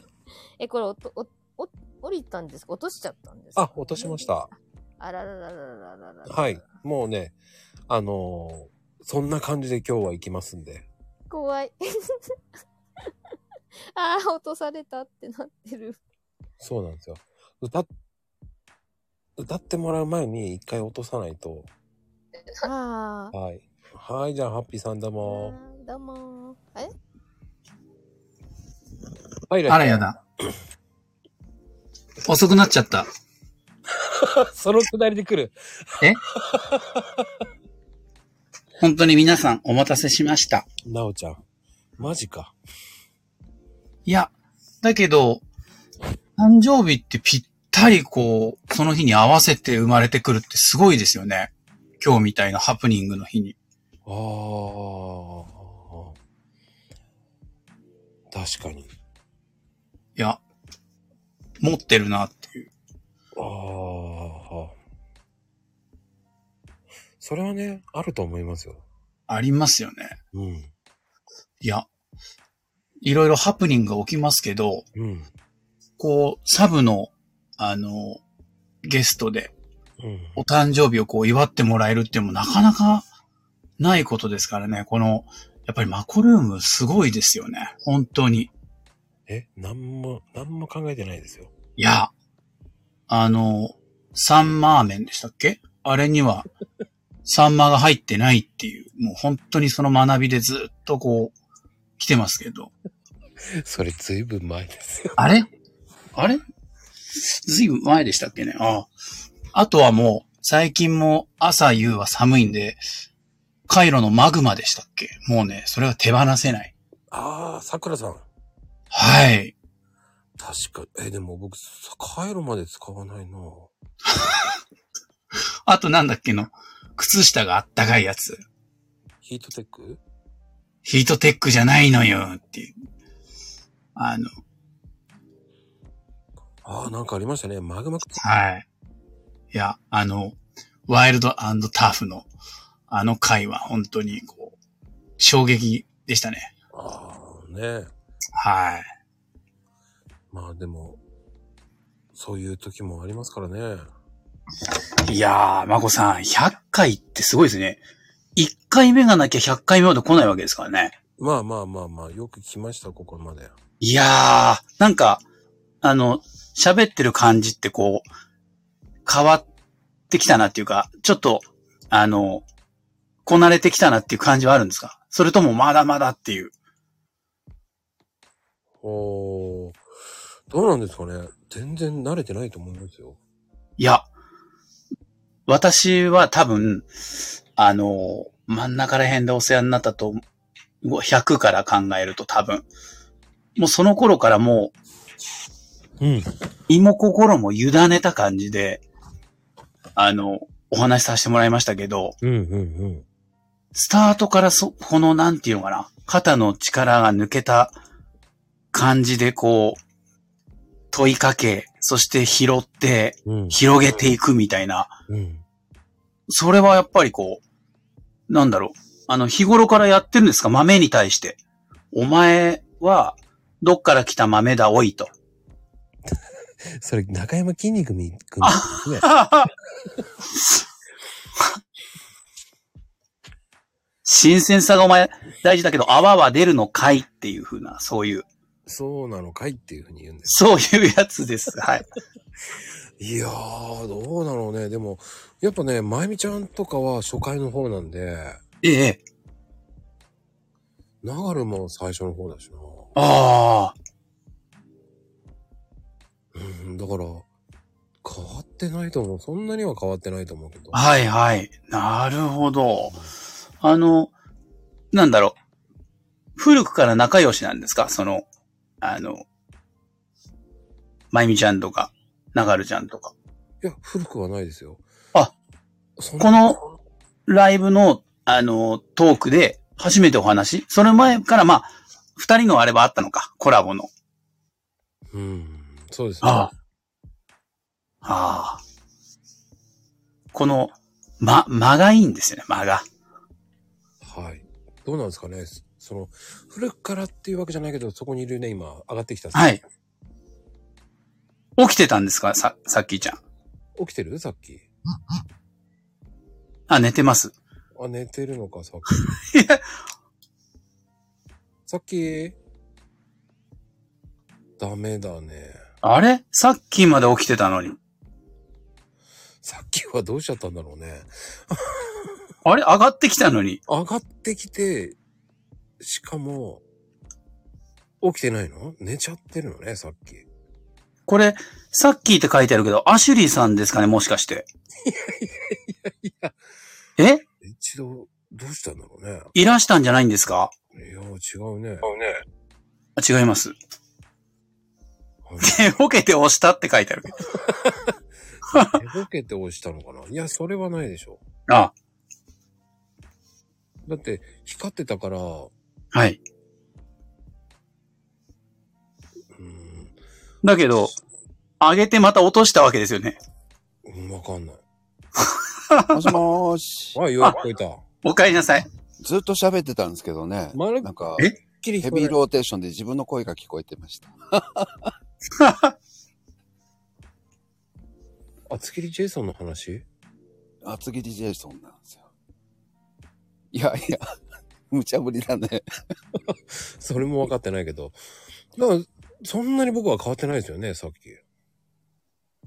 <laughs> え、これおと、お、お、降りたんですか落としちゃったんですかあ、落としました。あららららららら。はい。もうね、あのーそんな感じで今日は行きますんで。怖い。 <laughs> ああ、落とされたってなってる。そうなんですよ。歌っ、歌ってもらう前に一回落とさないと。ああ、はい。はい、じゃあ、ハッピーさんどうも。どうもー。えはい、あらやだ。遅くなっちゃった。 <laughs> そのくだりで来る。え <laughs> 本当に皆さんお待たせしました。なおちゃん。マジか。いや、だけど、誕生日ってぴったりこう、その日に合わせて生まれてくるってすごいですよね。今日みたいなハプニングの日に。ああ。確かに。いや、持ってるなっていう。ああ。それはね、あると思いますよ。ありますよね。うん。いや、いろいろハプニングが起きますけど、うん。こう、サブの、あの、ゲストで、うん。お誕生日をこう祝ってもらえるっていうのもなかなかないことですからね。この、やっぱりマコルームすごいですよね。本当に。え、なんも、なんも考えてないですよ。いや、あの、サンマーメンでしたっけあれには、サンマが入ってないっていう、もう本当にその学びでずっとこう、来てますけど。それずいぶん前ですよ。あれあれずいぶん前でしたっけねああ。あとはもう、最近も朝夕は寒いんで、カイロのマグマでしたっけもうね、それは手放せない。ああ、桜さん。はい。確か、え、でも僕、さ帰るまで使わ <laughs> ないな。あとなんだっけの、靴下があったかいやつ。ヒートテックヒートテックじゃないのよっていう。あの、ああ、なんかありましたね。マグマ靴。はい。いや、あの、ワイルドターフの、あの回は本当にこう、衝撃でしたね。ね。はい。まあでも、そういう時もありますからね。いやー、まこさん、100回ってすごいですね。1回目がなきゃ100回目まで来ないわけですからね。まあまあまあまあ、よく来ました、ここまで。いやー、なんか、あの、喋ってる感じってこう、変わってきたなっていうか、ちょっと、あの、こなれてきたなっていう感じはあるんですかそれともまだまだっていう。おー。どうなんですかね全然慣れてないと思いますよ。いや、私は多分、あの、真ん中ら辺でお世話になったと100から考えると多分。もうその頃からもう、うん。身も心も委ねた感じで、あの、お話しさせてもらいましたけど、うんうんうん。スタートからそ、この、なんていうのかな、肩の力が抜けた感じで、こう、問いかけ、そして拾って、広げていくみたいな、それはやっぱりこう、なんだろう、あの、日頃からやってるんですか豆に対して。お前は、どっから来た豆だ、おいと。それ、中山筋肉み、くんです <laughs> ね。新鮮さがお前大事だけど、泡は出るのかいっていうふうな、そういう。そうなのかいっていうふうに言うんですそういうやつです。はい。いやー、どうだろうね。でも、やっぱね、まゆみちゃんとかは初回の方なんで。ええ。ながるも最初の方だしな。ああ。うん、だから、変わってないと思う。そんなには変わってないと思うけど。はいはい。なるほど。あの、なんだろう。古くから仲良しなんですかその、あの、まゆみちゃんとか、ながるちゃんとか。いや、古くはないですよ。あ、そこのライブの、あの、トークで初めてお話それ前からまあ、二人のあれはあったのか、コラボの。そうですね。ああ。ああ。この、ま、間がいいんですよね、間が。はい。どうなんですかね。その、古くからっていうわけじゃないけど、そこにいるね、今、上がってきた。はい。起きてたんですかさ、さっきちゃん。起きてるさっき。あ、寝てます。あ、寝てるのか、さっき。 <laughs> さっき。ダメだね。あれさっきまで起きてたのに。さっきはどうしちゃったんだろうね。あれ上がってきたのに。上がってきて、しかも、起きてないの寝ちゃってるのね、さっき。これ、さっきって書いてあるけど、アシュリーさんですかねもしかして。いやいやいやいや。え一度、どうしたんだろうね。いらしたんじゃないんですかいや、違うね。あ違います。 <laughs> 寝ぼけて押したって書いてあるけど。寝ぼけて押したのかないや、それはないでしょ。あ、だって、光ってたから、はい。だけど、上げてまた落としたわけですよね。うんわかんない。もしもーし。あ、ようやく聞こお帰りなさい。ずっと喋ってたんですけどね。なんか、えヘビーローテーションで自分の声が聞こえてました。 <laughs> 厚切りジェイソンの話厚切りジェイソンなんですよ。いやいや、無茶ぶりだね。 <laughs> それも分かってないけど。だから、そんなに僕は変わってないですよね、さっき。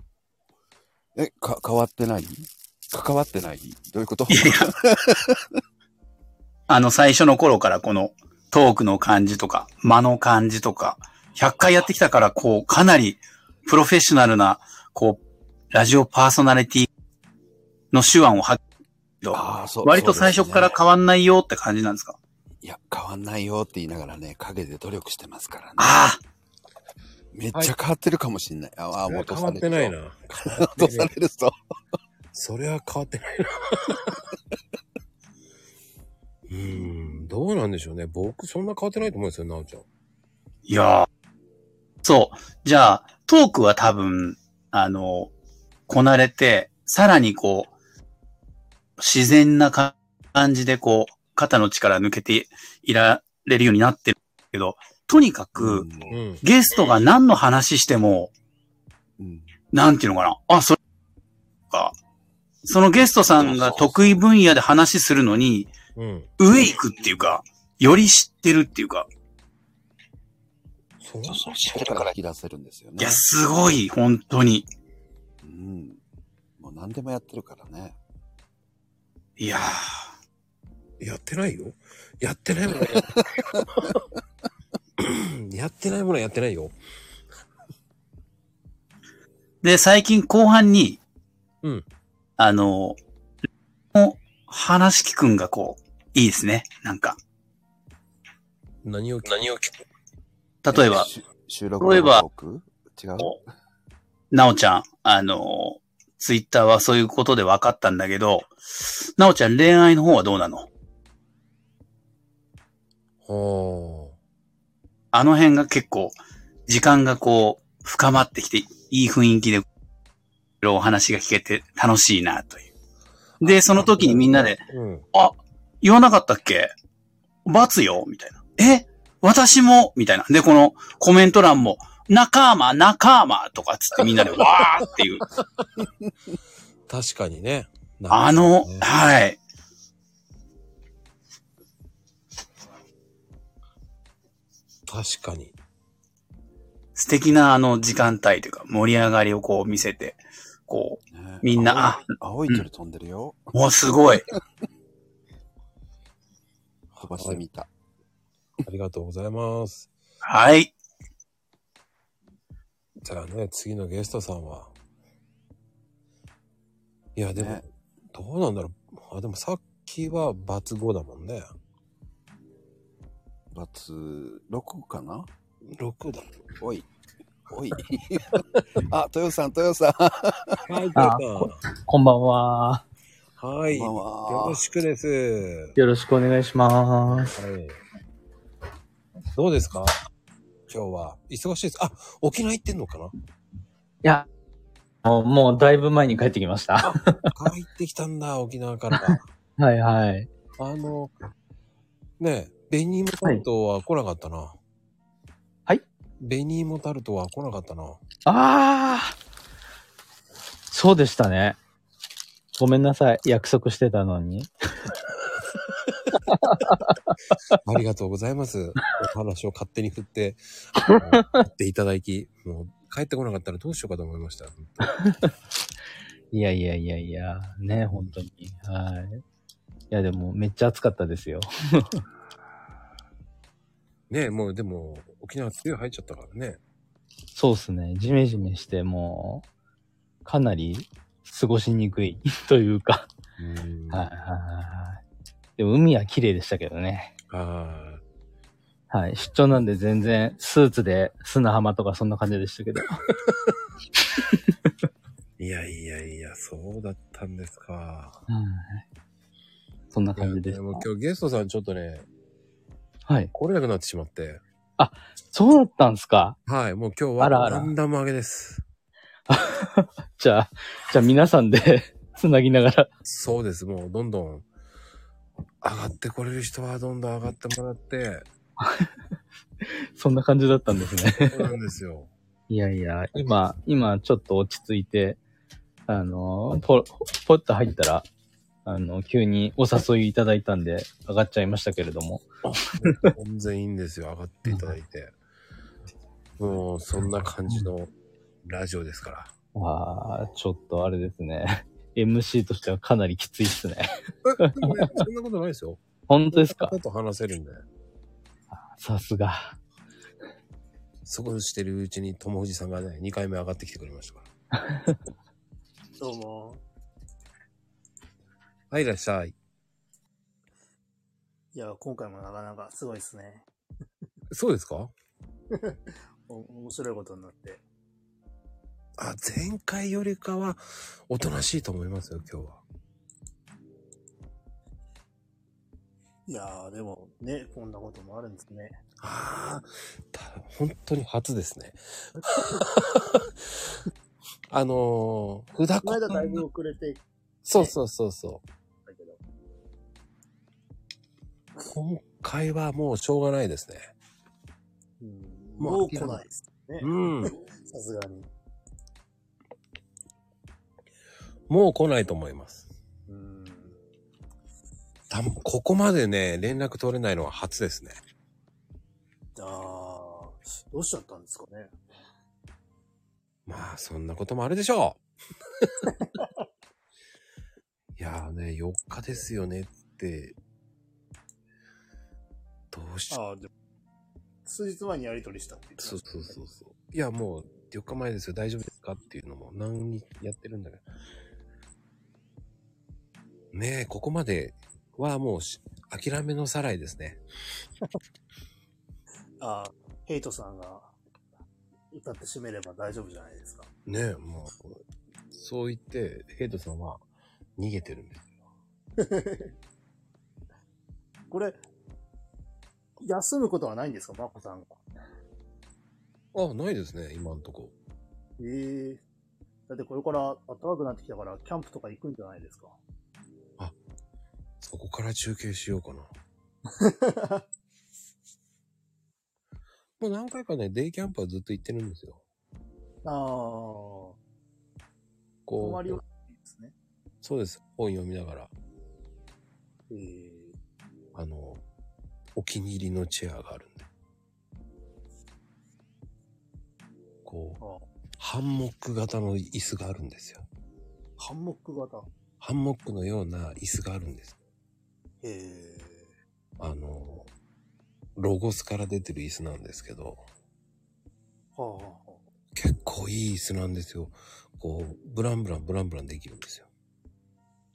<laughs> え、か、変わってない関わってないどういうこと <laughs> あの、最初の頃からこのトークの感じとか、間の感じとか、100回やってきたから、こう、かなりプロフェッショナルな、こう、ラジオパーソナリティの手腕を発揮そう割と最初から変わんないよって感じなんですかいや、変わんないよって言いながらね、陰で努力してますからね。ああめっちゃ変わってるかもしんない。ああ、それは落とされるぞ。変わってないな落とされるぞ。 <laughs> それは変わってないな。うーん、どうなんでしょうね。僕、そんな変わってないと思うんですよ、なおちゃん。いやーそう。じゃあ、トークは多分、あの、こなれて、さらにこう、自然なか感じでこう、肩の力抜けていられるようになってるけど、とにかく、ゲストが何の話しても、なんていうのかな。あ、それか。そのゲストさんが得意分野で話するのに、うん。上行くっていうか、より知ってるっていうか、そうそれから引き出せるんですよね。いや、すごい、本当に。うん。もう何でもやってるからね。いややってないよ。やってないものはや <laughs> やってないものはやってないよ。で、最近後半に、うんあの、もう、話聞くんがこう、いいですね。なんか。何を何を聞く例えばし収録例えばの僕違うなおちゃん、あの、ツイッターはそういうことで分かったんだけど、なおちゃん恋愛の方はどうなのほあの辺が結構、時間がこう、深まってきて、いい雰囲気で、いろいろお話が聞けて楽しいな、という。で、その時にみんなで、うん。あ、言わなかったっけ罰よみたいな。え私もみたいな。で、このコメント欄も、仲間、仲間とかつって <laughs> みんなでわーっていう。確かにね。あの、はい。確かに。素敵なあの時間帯というか、盛り上がりをこう見せて、こう、みんな、あ、青い鳥飛んでるよ。もうすごい。飛ばしてみた。ありがとうございます。はい。じゃあね、次のゲストさんは。いや、でも、どうなんだろう。あ、でもさっきは罰5だもんね。罰6かな ?6 だ。お <laughs> い。おい。 <laughs> あ、豊さん、豊さん。はいあここんばんは。はい。よろしくです。よろしくお願いします。はい。どうですか今日は。忙しいです。あ、沖縄行ってんのかないや、もうもうだいぶ前に帰ってきました。帰ってきたんだ、沖縄から。 <laughs> はいはい。あの、ねえ、ベニーモタルトは来なかったな。はいベニーモタルトは来なかったな。ああそうでしたね。ごめんなさい。約束してたのに。ありがとうございます。お話を勝手に振って、あの振っていただき、もう帰ってこなかったらどうしようかと思いました。 <laughs> いやいやいやいや、ね、本当に。はい。いや、でもめっちゃ暑かったですよ。ねえ、もうでも、沖縄梅雨入っちゃったからね。そうっすね。ジメジメして、もう、かなり過ごしにくい <laughs> というか。はいはいはい。でも海は綺麗でしたけどね。はい。出張なんで全然スーツで砂浜とかそんな感じでしたけど。 <laughs> いやいやいや、そうだったんですか。そんな感じで。もう今日ゲストさんちょっとね、はい。来れなくなってしまって。あ、そうだったんですかはい、もう今日あらあはらランダム上げです。 <laughs> じゃあ、じゃあ皆さんで <laughs> つなぎながら。そうです、もうどんどん上がってこれる人はどんどん上がってもらって、そんな感じだったんですね。 <laughs> そうなんですよ。いやいや、今、今ちょっと落ち着いて、あのー、ポポッと入ったら、あの、急にお誘いいただいたんで、上がっちゃいましたけれども。全然いいんですよ、上がっていただ <laughs> いて。もうそんな感じのラジオですから。ああ、ちょっとあれですね。MC としてはかなりきついっすね。え、でもね、そんなことないですよ。本当ですかちょっと話せるんで。さすが。そうしてるうちに友藤さんがね、2回目上がってきてくれましたから。 <laughs> どうも。はい、いらっしゃい。いや、今回もなかなかすごいですね。 <laughs> そうですかお面白いことになって。あ、前回よりかは、おとなしいと思いますよ、今日は。いやー、でもね、こんなこともあるんですね。ああ、本当に初です <laughs> ね。あのー、ふだここの間だいぶ遅れて、そうそうそうそう。今回はもうしょうがないですね。もう来ないですね。うん。さすがに。もう来ないと思います。多分ここまでね、連絡取れないのは初ですね。あー、どうしちゃったんですか <laughs> ね。まあ、そんなこともあるでしょう。いやーね、4日ですよねって、どうしあー、でも、数日前にやりとりしたって言ってそうそうそうそう。いや、もう4日前ですよ、大丈夫ですかっていうのも何にやってるんだけど。ねえ、ここまではもうし諦めのさらいですね。あーヘイトさんが歌って締めれば大丈夫じゃない <laughs> ですか。ねえ、もう、そう言って、ヘイトさんは逃げてるんです。これ、休むことはないんですかマコさんが。あ、ないですね、今んとこ。ええだってこれから暖かくなってきたから、キャンプとか行くんじゃないで <laughs> すか。そこから中継しようかな。もう何回かね、デイキャンプはずっと行ってるんですよ。ああ。こう泊まりをですね。そうです。本読みながら。ええあの、お気に入りのチェアがあるんで。こう、ハンモック型の椅子があるんですよ。ハンモック型。ハンモックのような椅子があるんです。へえ。あの、ロゴスから出てる椅子なんですけど、はあ。結構いい椅子なんですよ。こう、ブランブランブランブランできるんですよ。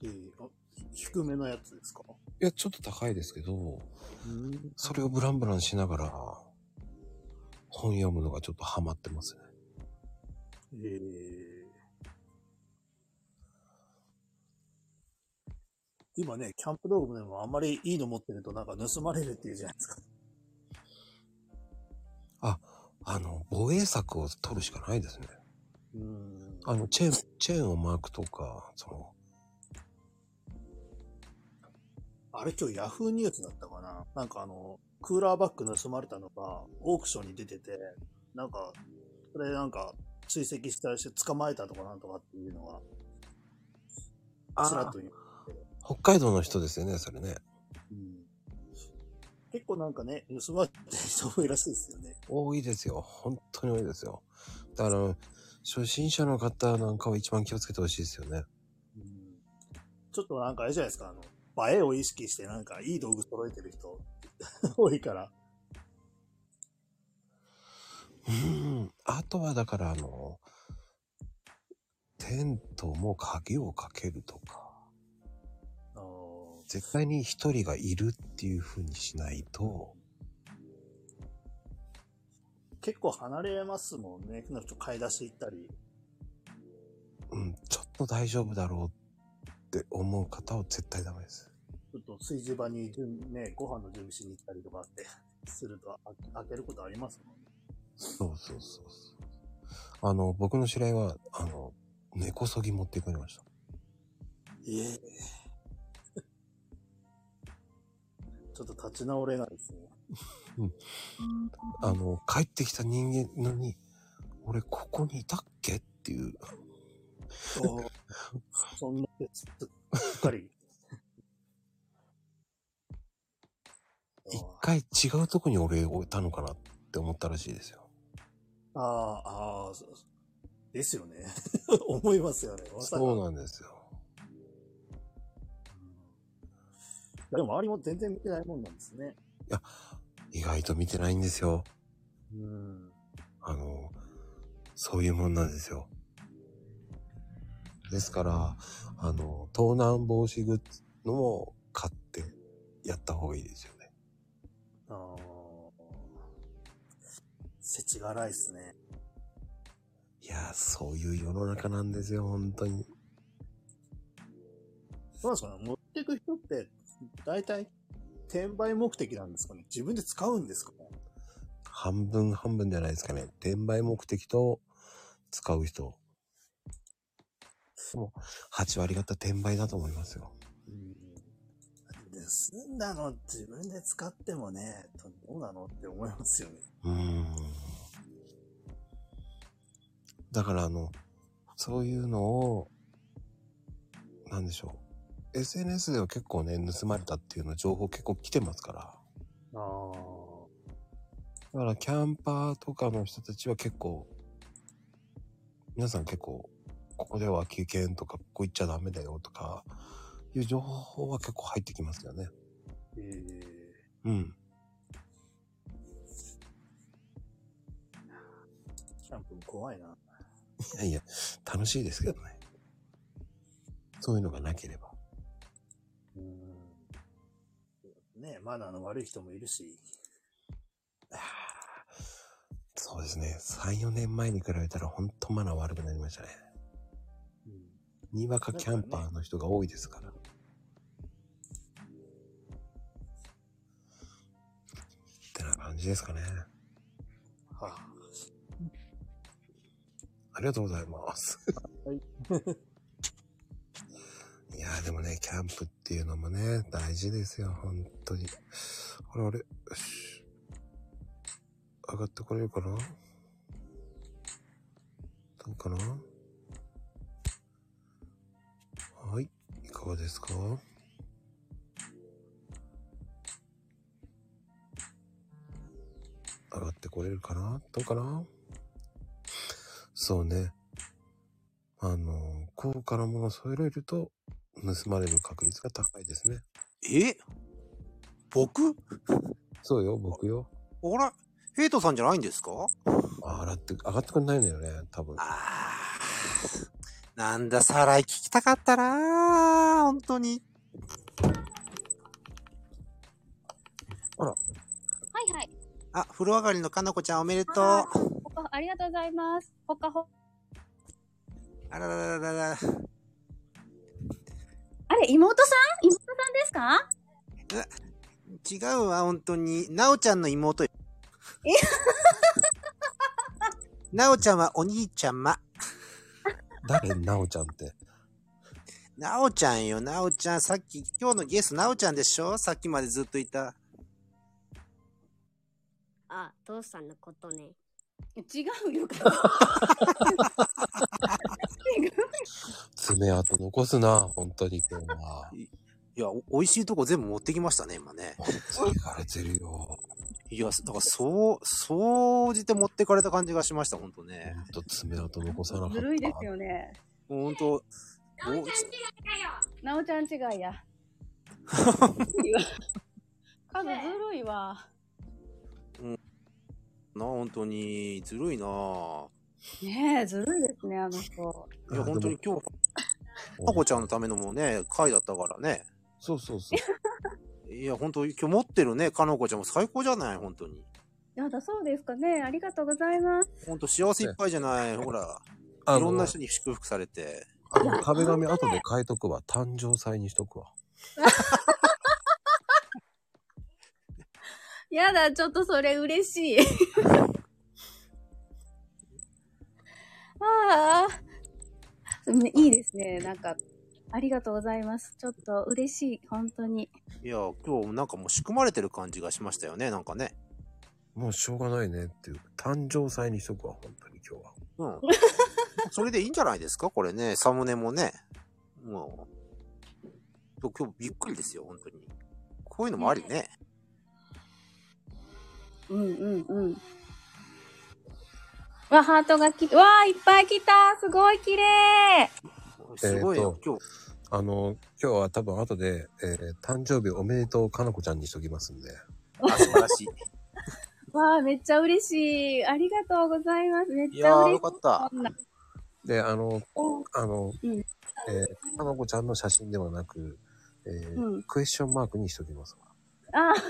ええあ、低めのやつですかいや、ちょっと高いですけど、うん。それをブランブランしながら、本読むのがちょっとハマってますね。ええ今ね、キャンプ道具でもあんまりいいの持ってるとなんか盗まれるっていうじゃないですか。あの、防衛策を取るしかないですね。うん。あの、チェーン、チェーンを巻くとか、その、あれ今日ヤフーニュースだったかななんかあの、クーラーバッグ盗まれたのがオークションに出てて、なんか、それなんか追跡したりして捕まえたとかなんとかっていうのが、ちらっと言う北海道の人ですよね、それね。結構なんかね、盗まれてる人多いらしいですよね。多いですよ。本当に多いですよ。だから、初心者の方なんかは一番気をつけてほしいですよね。ちょっとなんかあれじゃないですか、あの、映えを意識してなんかいい道具揃えてる人 <laughs> 多いから。うん。あとは、だから、あの、テントも鍵をかけるとか、絶対に一人がいるっていう風にしないと、結構離れますもんね。なんかちょっと買い出し行ったり。うん、ちょっと大丈夫だろうって思う方は絶対ダメです。ちょっと炊事場に準備、ね、ご飯の準備しに行ったりとかってすると、あ開けることありますもんね。そうそうそうそう。あの、僕の知り合いは、あの、根こそぎ持っていかれました。いえ。 <laughs> ちょっと立ち直れない <laughs> ですね。うん。あの、帰ってきた人間のに、俺ここにいたっけっていう。そんなやつ、すっかり。 <laughs> 一回違うとこに俺置いたのかなって思ったらしいですよ。あーあー、そうですよね。 <laughs> 思いますよね。まさかそうなんですよ。でも周りも全然見てないもんなんですね。意外と見てないんですよ。うん。あの、そういうもんなんですよ。ですから、あの、盗難防止グッズのも買ってやった方がいいですよね。ああ。世知辛いですね。いやー、そういう世の中なんですよ、本当に。そうなんですかね持っていく人って、大体、転売目的なんですかね自分で使うんですかね半分半分じゃないですかね。転売目的と使う人。もう、8割方転売だと思いますよ。盗んだの自分で使ってもね、どうなのって思いますよね。うーん。だからあの、そういうのを、なんでしょう。SNS では結構ね、盗まれたっていうの情報結構来てますから。ああ。だからキャンパーとかの人たちは結構、皆さん結構、ここでは危険とか、ここ行っちゃダメだよとか、いう情報は結構入ってきますよね。ええうん。キャンプも怖いな。いやいや、楽しいですけどね。そういうのがなければ。ねマナーの悪い人もいるし。そうですね。3、4年前に比べたら本当マナー悪くなりましたね。にわかキャンパーの人が多いですから。ってな感じですかね。はあ、ありがとうございます。いやーでもね、キャンプっていうのもね、大事ですよ、本当に。あれあれ、よし上がってこれるかなどうかなはい、いかがですか上がってこれるかなどうかなそうね。あの、高価なものを揃えると、盗まれる確率が高いですね。え僕そうよ、僕よ。あら、ヘイトさんじゃないんですかあらって、上がってくれないんだよね、多分。なんだ、再来聞きたかったなぁ本当に。あら、はいはい。あ、風呂上がりのかなこちゃんおめでとう。あほかありがとうございます。ほかほ、ららららら。あれ、妹さん妹さんですか違うわ、本当に。なおちゃんの妹よ。 <laughs> なおちゃんはお兄ちゃま。誰なおちゃんって。なおちゃんよ、なおちゃん。さっき、今日のゲストなおちゃんでしょさっきまでずっといた。あ、父さんのことね。違うよ。 <laughs> 爪痕残すな、本当に今日は。いや、お美味しいとこ全部持ってきましたね、今ね。持ってかれてるよ。いや、だからそう、そうじて持ってかれた感じがしました、ほんとね。ほんと爪痕残さなずるいですよね。ほんと、どうなおちゃん違いや。カズずるいわ。うん。な、本当に、ずるいなぁ。ねえ、ずるいですね、あの人。いや、本当に今日、タコちゃんのためのもうね、回だったからね。そうそうそう。いや、本当今日持ってるね、かのこちゃんも最高じゃない、本当に。やだ、そうですかね。ありがとうございます。本当幸せいっぱいじゃない、ほら。あのいろんな人に祝福されて。あの壁紙後で変えとくわ。誕生祭にしとくわ。やだ、ちょっとそれ嬉しい。 <laughs> ああ。ねいいですね。なんか、ありがとうございます。ちょっと嬉しい。本当に。いや、今日なんかもう仕組まれてる感じがしましたよね、なんかね。もうしょうがないねっていう。誕生祭にしとくわ、本当に今日は。うん。それでいいんじゃないですかこれね、サムネもね。もう。今日びっくりですよ、本当に。こういうのもありね。うんうんうん。わ、ハートがき、わあ、いっぱい来たすごい綺麗すごいよ、今日。あの、今日は多分後で、えー誕生日おめでとうかなこちゃんにしときますんで。あ、素晴らしい。わあ、めっちゃ嬉しいありがとうございます。めっちゃ嬉しい。いやーよかったこんなで、あの、あの、うんえー、かのこちゃんの写真ではなく、えーうんクエスチョンマークにしとき <laughs> ますわ。あー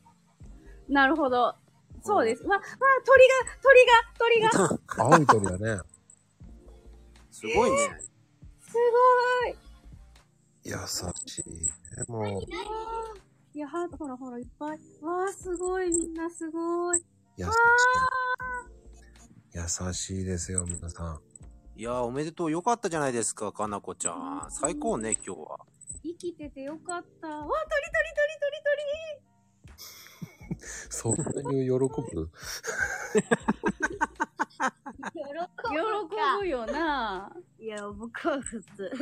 <laughs> なるほど。そうです。わ、わ、鳥が、鳥が、鳥が。<laughs> 青い鳥だね。すごいね。すごい。優しいね。もう、いや、ハートほらほらいっぱい。わあ、すごい、みんなすごい。優しい。優しいですよ、皆さん。いやー、おめでとう。よかったじゃないですか、かなこちゃん。最高ね、今日は。生きててよかった。わあ、鳥鳥鳥鳥そんなに喜 <laughs> ぶ喜ぶ喜ぶよな。いや、僕は普通。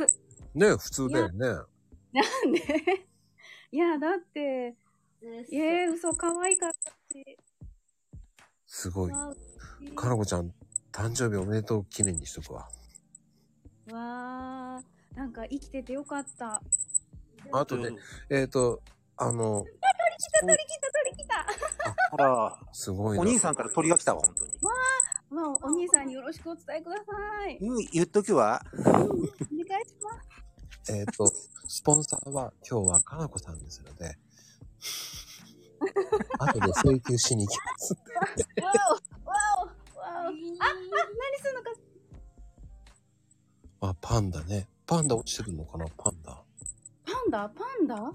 ね普通だよね。なんで <laughs> いや、だって、えー、嘘、可愛かったし。すごい。わかなこちゃん、誕生日おめでとう記念にしとくわ。あわあ、なんか生きててよかった。あとね、えっ、と、あの、あ、鳥来た、鳥来た、鳥来た。ほら、すごいお兄さんから鳥が来たわ、本当に。わあ、まあ、お兄さんによろしくお伝えください。うん、言っとくわ。お願いします。えっ、と、スポンサーは今日はかなこさんですの <laughs> で、後で請求しに行きます。わお、わあ、パンダね。パンダ落ちてくるのかなパンダ。パンダパンダあ、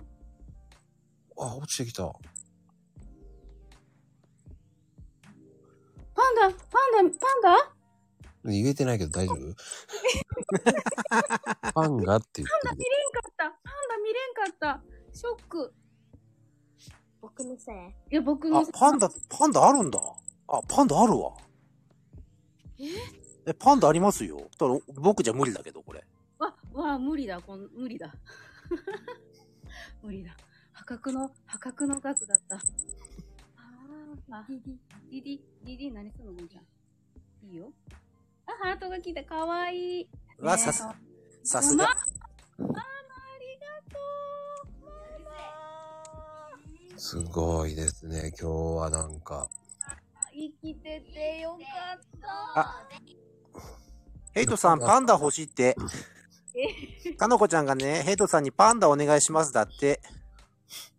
落ちてきた。パンダパンダパン <laughs> ダ言えてないけど大丈 <laughs> 夫パンがって言パンダってる見れんかったパンダ見れんかったショック僕のせい。いや、僕あの、パンダ、パンダあるんだ。あ、パンダあるわ。えパンダありますよ。ただ僕じゃ無理だけど、これ。わ、わ、無理だ、こん無理だ。無理だ。破格の、破格の額だった。あーあ、リリ、リリ、リリ、何するのもんじゃん。いいよ。あ、ハートが来た、かわいい。うわねえさすかさすがうまっすごいですね。今日はなんか。生きててよかった。あ、ヘイトさん、パンダ欲しいって。え、かのこちゃんがね、ヘイトさんにパンダお願いしますだって。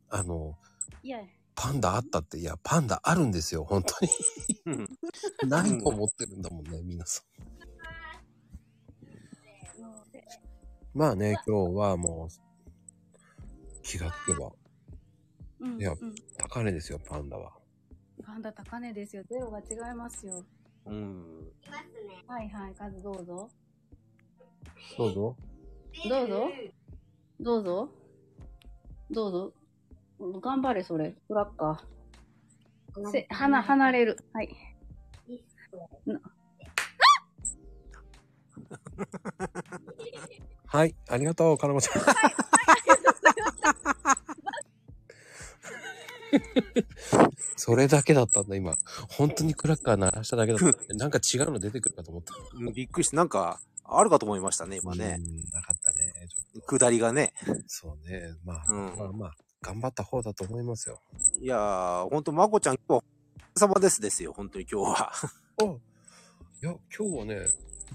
あの、いや、パンダあったって、いや、パンダあるんですよ、本当に。ないと思ってるんだもんね、皆さん。まあね、今日はもう、気がつけば。うん、いやうん。、高値ですよ、パンダは。パンダ高値ですよ。ゼロが違いますよ。うん。はいはい、カズどうぞ。どう <laughs> ぞ。どうぞ。どうぞ。どうぞ。頑張れ、それ。クラッカー。せ、離、離れる。はい。はい、ありがとう、かなこちゃん。 <laughs> それだけだったんだ、今。本当にクラッカー鳴らしただけだったんだね。なんか違うの出てくるかと思った。うんびっくりして、なんか、あるかと思いましたね、今ね。なかったね、ちょっと。下りがね。そうね、まあ、まあまあ、頑張った方だと思いますよ。いやー、ほんと、まこちゃん、今日は、お疲れ様ですですよ、本当に今日は。いや、今日はね、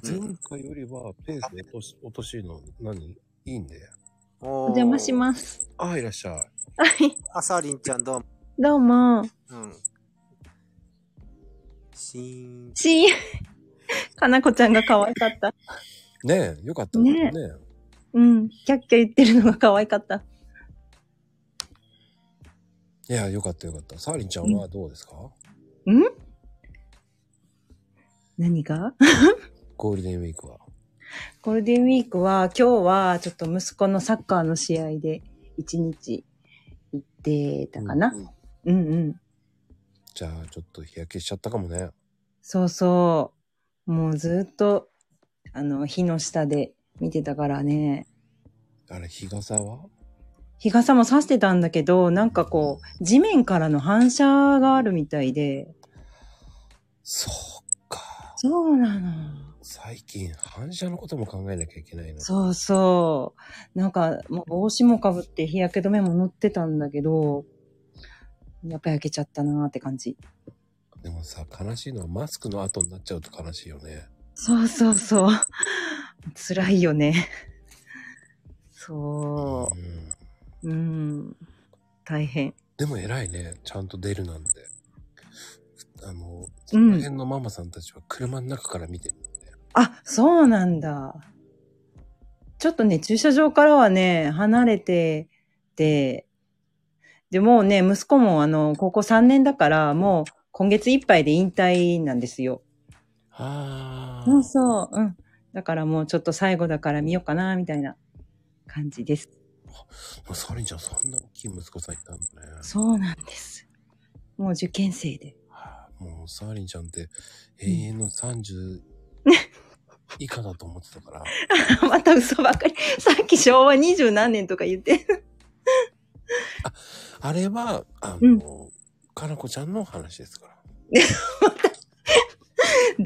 前回よりはペース落とし、落としの、何いいんで。お邪魔しす。ます。ああ、いらっしゃい。あさりんちゃん、どうも。どうも。うん。しーん。し、 <laughs> かなこちゃんが可愛かった。ねえ、よかったですね。ねうん。キャッキャ言ってるのが可愛かった。いや、よかったよかった。サーリンちゃんはどうですか、ん何がゴールデンウィークは。 <laughs> ゴールデンウィークは、今日はちょっと息子のサッカーの試合で一日行ってたかな。うん、うん、じゃあ、ちょっと日焼けしちゃったかもね。そうそう。もうずっと、あの、火の下で見てたからね。あれ、日傘は日傘も差してたんだけど、なんかこう、地面からの反射があるみたいで。そうか。そうなの。最近、反射のことも考えなきゃいけないの。そうそう。なんか、もう帽子もかぶって日焼け止めも塗ってたんだけど、やっぱ焼けちゃったなーって感じ。でもさ、悲しいのはマスクの後になっちゃうと悲しいよね。そうそうそう。 <laughs> 辛いよね。そう。うん。大変。でも偉いね。ちゃんと出るなんて。あの、うそんの辺のママさんたちは車の中から見てる。あ、そうなんだ。ちょっとね、駐車場からはね、離れてて、でもうね、息子もあの、高校3年だから、もう今月いっぱいで引退なんですよ。あそうそう、うん。だからもうちょっと最後だから見ようかな、みたいな感じです。もうサリンちゃん、そんな大きい息子さんいたんだね。そうなんです。もう受験生で。 <laughs> もう、サーリンちゃんって永遠の30以下だと思ってたから。また嘘ばっかり。さっき昭和二十何年とか言って。あれは、あの、かなこちゃんの話ですから。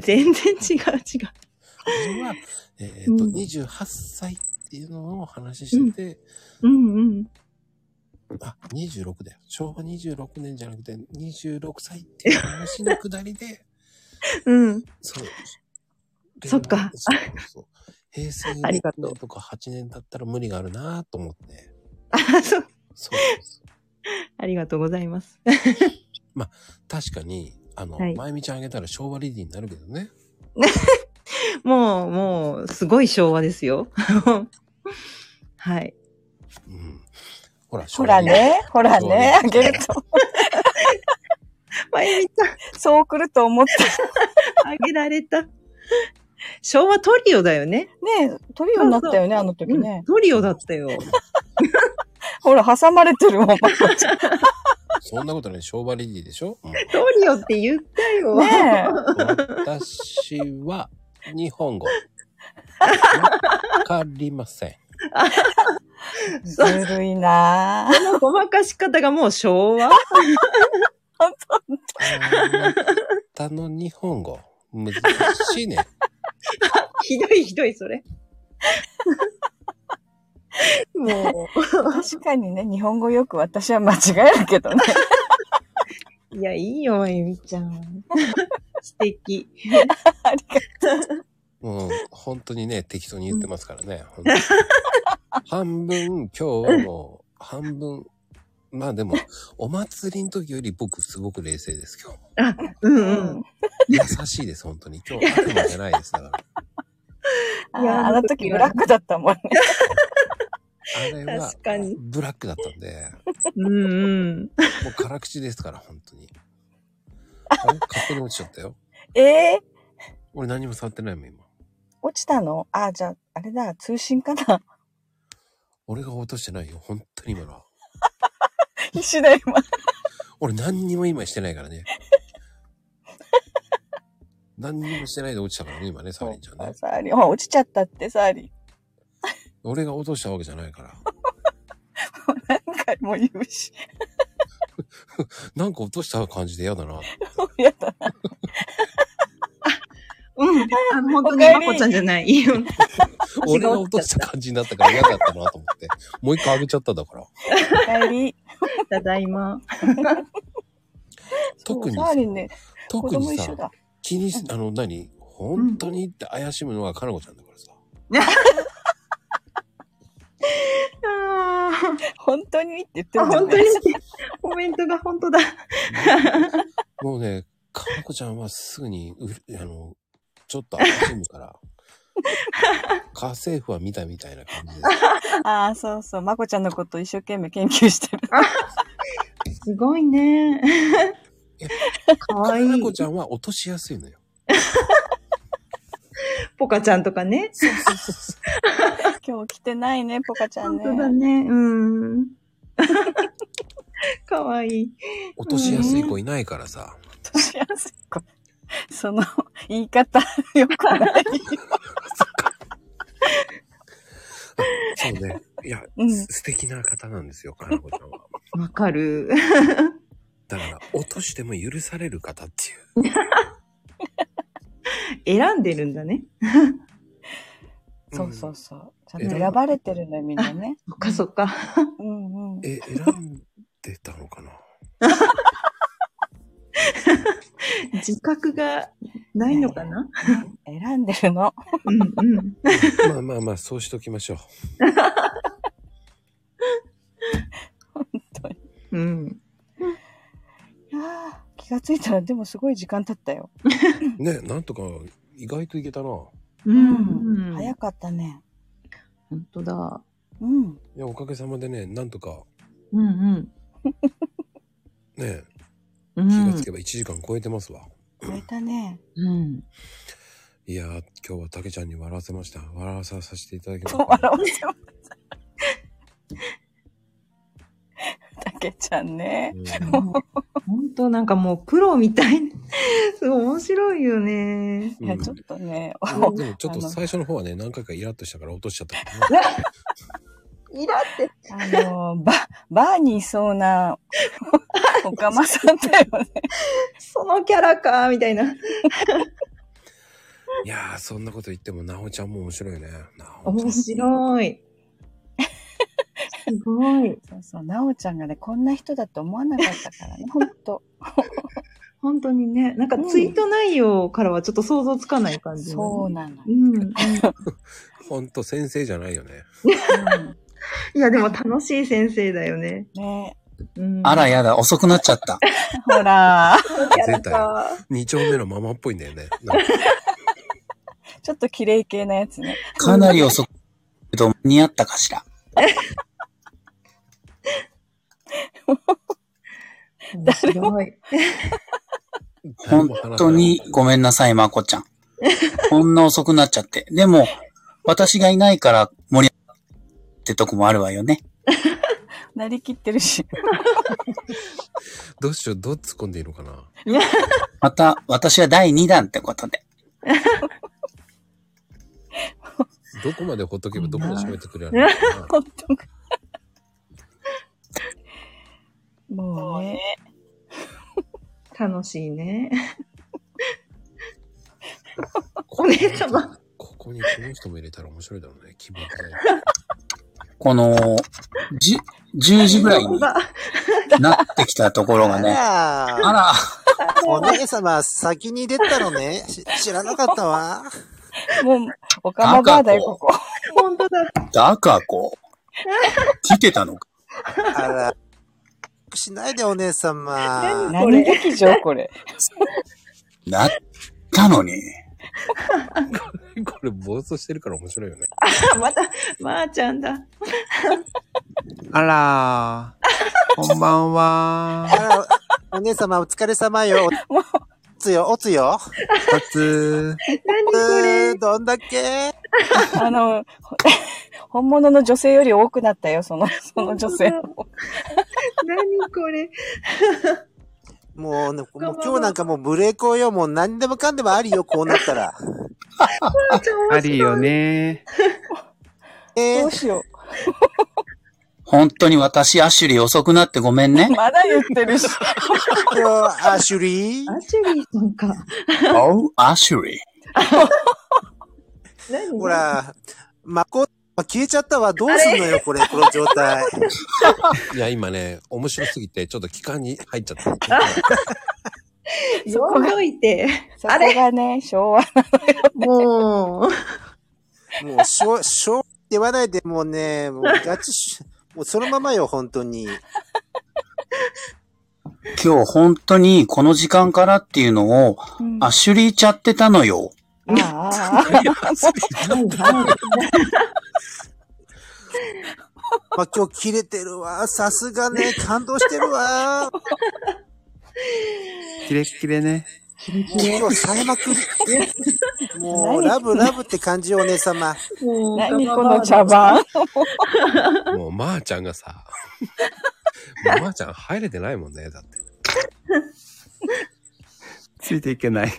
全 <laughs> 然違う違う。あれは、えっ、と、28歳っていうのを話してて、うんうん。あ、26だよ。昭和26年じゃなくて、26歳っていう <laughs> 話のくだりで、うん。そう。そっかそうそうそう平成あり6年とか8年だったら無理があるなと思って。あ、そう。そうありがとうございます。まあ、確かに、あの、はいまゆみちゃんあげたら昭和レディになるけどね。 <laughs> もう、もう、すごい昭和ですよ。 <laughs> はい。ほら、ほらね、ほらね、あげ <laughs> ると。まゆみちゃん。そう来る <laughs> と思った。あげられた。昭和トリオだよね。ねえ、トリオになったよね、あの時ね。トリオだったよ。 <laughs> ほら、挟まれて <laughs> るもん、まこちゃん。そんなことない、商売レディでしょ、うんトリオって言ったよ。ね私は日本語。わかりません。ずるいなぁ。このごまかし方がもう昭和他の日本語、難しいね。 <laughs> ひどいひどい、それ。も確かにね、日本語よく私は間違えるけどね。う。いや、いいよ、まゆみちゃ <laughs> ん。素敵。ありがとう。もう、本当にね、適当に言ってますからね。本当に半分、今日はもう、半分。まあでも、お祭りの時より僕すごく冷静です、今日。あ、うんうん。優しいです、本当に。今日は悪魔じゃないです、だから。いや、あの時ブラックだったもんね。あれは確かに。ブラックだったんで、うんうん。もう辛口ですから、本当に。あれ勝手に落ちちゃったよ。ええ俺何も触ってないもん、今。落ちたのあ、じゃあ、あれだ、通信かな。 <laughs> 俺が落としてないよ、本当に今のは。必死だよ、今。俺何にも今してないから <laughs> ね。何にもしてないで落ちたからね、今ね、サーリンちゃんね。サーリン、ほら落ちちゃったって、サーリン。 <laughs> 俺が落としたわけじゃないから。何回も言うし。なんか落とした感じで嫌だな。やだな。うん。あの、本当おに、かえりまこちゃんじゃない。よ <laughs> 俺が落とした感じになったから嫌だったなと思って。もう一回あげちゃっただから。帰り。ただいま。 <laughs> 特にそうサーリンね、子特供に一さ緒だ。、気にし、あの、何本当にって怪しむのはかなこちゃんだからさ。 <laughs> 本当にって言ってあるもん本当ねに。コメントが本当だ。もうね、かなこちゃんはすぐに、うるあの、ちょっと怪しむ <laughs> から。家政婦は見たみたいな感じで。 <laughs> ああ、そうそう。まこちゃんのこと一生懸命研究してる。すごい <laughs> ね。かわいい。かなこちゃんは落としやすいのよ。 <laughs> ポカちゃんとかね。今日来てないね、ポカちゃ本んね。当だね。うん。かわいい。落としやすい子いないからさ。落としやすい子。その、言い方、よく <laughs> ない。そうね。いや、うんす素敵な方なんですよ、かなこちゃんは。わかる。だから、落としても許される方っていう。選んでるんだね。そうそうそう。ちゃんと選ばれてるのよ、みんなね。 <laughs> そっかそっか。うんうん。え、選んでたのかな自覚がないのかな選んでるの。うんうん。まあまあまあ、そうしときましょう。うん。いやー気がついたら、でもすごい時間経ったよ。ね、なんとか、意外といけたな。うん。早かったね。本当だ。うん。いや、おかげさまでね、なんとか、うんね、う気がんつ。けば1時間超えてますわ。超えたね。うん。いやー、今日はたけちゃんに笑わせました。笑わさせていただきました。笑わせました。たけちゃんね。本当なんかもうプロみたい。すごい面白いよね。いや、ちょっとね、うんでもちょっとあの最初の方はね、何回かイラッとしたから落としちゃったけどね。イラって。あの、バ、バーにいそうな、おかまさんだよね。そのキャラか、みたい <laughs> な。いやー、そんなこと言っても、なおちゃんも面白いね。なおちゃん。面白 <laughs> い。すごい。そうそう、なおちゃんがね、こんな人だと思わなかったからね、ほんと。本当にね。なんかツイート内容からはちょっと想像つかない感じ、そうなの。うん。うん。ほんと先生じゃないよね。いや、でも楽しい先生だよね。ねうん。あらやだ、遅くなっちゃった。ほら、絶対。二丁目のママっぽいんだよね。なんか <laughs> ちょっと綺麗系な <laughs> やつね。かなり遅く、けど、似合ったかしら。誰も。本当にごめんなさい、まこちゃん。こんな遅くなっちゃって。でも、私がいないから盛り上がってとこもあるわよね。なりきってるし。どうしよう、どう突っ込んでいいのかな。また、私は第2弾ってことで。どこまでほっとけばどこまで喋ってくれるのか <laughs> な。ほっとく。もうね。楽しいね。お姉様。ここにこの人も入れたら面白いだろうね。気分この、じ、10時ぐらいになってきたところがね。あら。お姉様、先に出たのね。し知らなかったわ。もう、おかまばあだよ、ここ。本当だ。だかこ、来てたのか。あら。しないで、お姉様。何これ何劇場これ。なったのに。これ、暴走してるから面白いよね。また、まー、ちゃんだ。あらこんばんはお姉様、お疲れ様よ。おつよ、おつよ。おつ何これどんだけあの、ほ <laughs> 本物の女性より多くなったよ、その、その女性も。何これ。もうね、もう今日なんかもうブレーコーよ。もう何でもかんでもありよ、こうなったら。ありよね。どうしよ本当に私、アシュリー遅くなってごめんね。まだ言ってるし。今日、アシュリー。アシュリーさんか。おう、アシュリー。ほら、まこ、消えちゃったわ。どうすんのよ、これ、この状態。いや、今ね、面白すぎて、ちょっと期間に入っちゃった。呼んどいて。そこがね、昭和なもう。もう、しょ、しょって言わないで、もうね、もうガチし、もうそのままよ、本当に。今日本当にこの時間からっていうのを、アシュリーちゃってたのよ。あまあ、今日切れてるわ。さすがね、感動してるわ。キレッキレね。今日さえまくり。 <laughs> もう、ラブラブって感じよ、お姉様。もう何この <laughs> 茶番。もう、まー、ちゃんがさ、 <laughs> もうまー、ちゃん入れてないもんね、だって。ついていけない。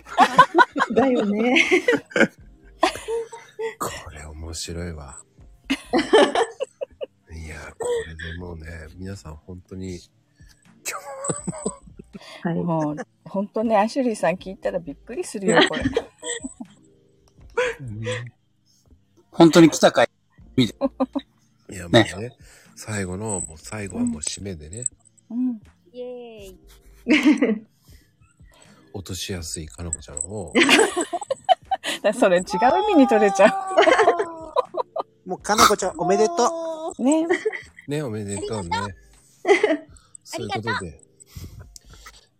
だよね。これ面白いわ。いや、これでもうね、皆さん本当に、あ。もう、ほんとね、アシュリーさん聞いたらびっくりする <laughs> よ、これ。本当に来たかい見て。いや、もうねね、最後の、もう最後はもう締めでね、うん。イエーイ。 <laughs> 落としやすいかなこちゃんを、だ <laughs> それ違う意味に取れちゃう。 <laughs> もう、かなこちゃん、おめでとう。ね。ね、おめでとうね。そういうことで、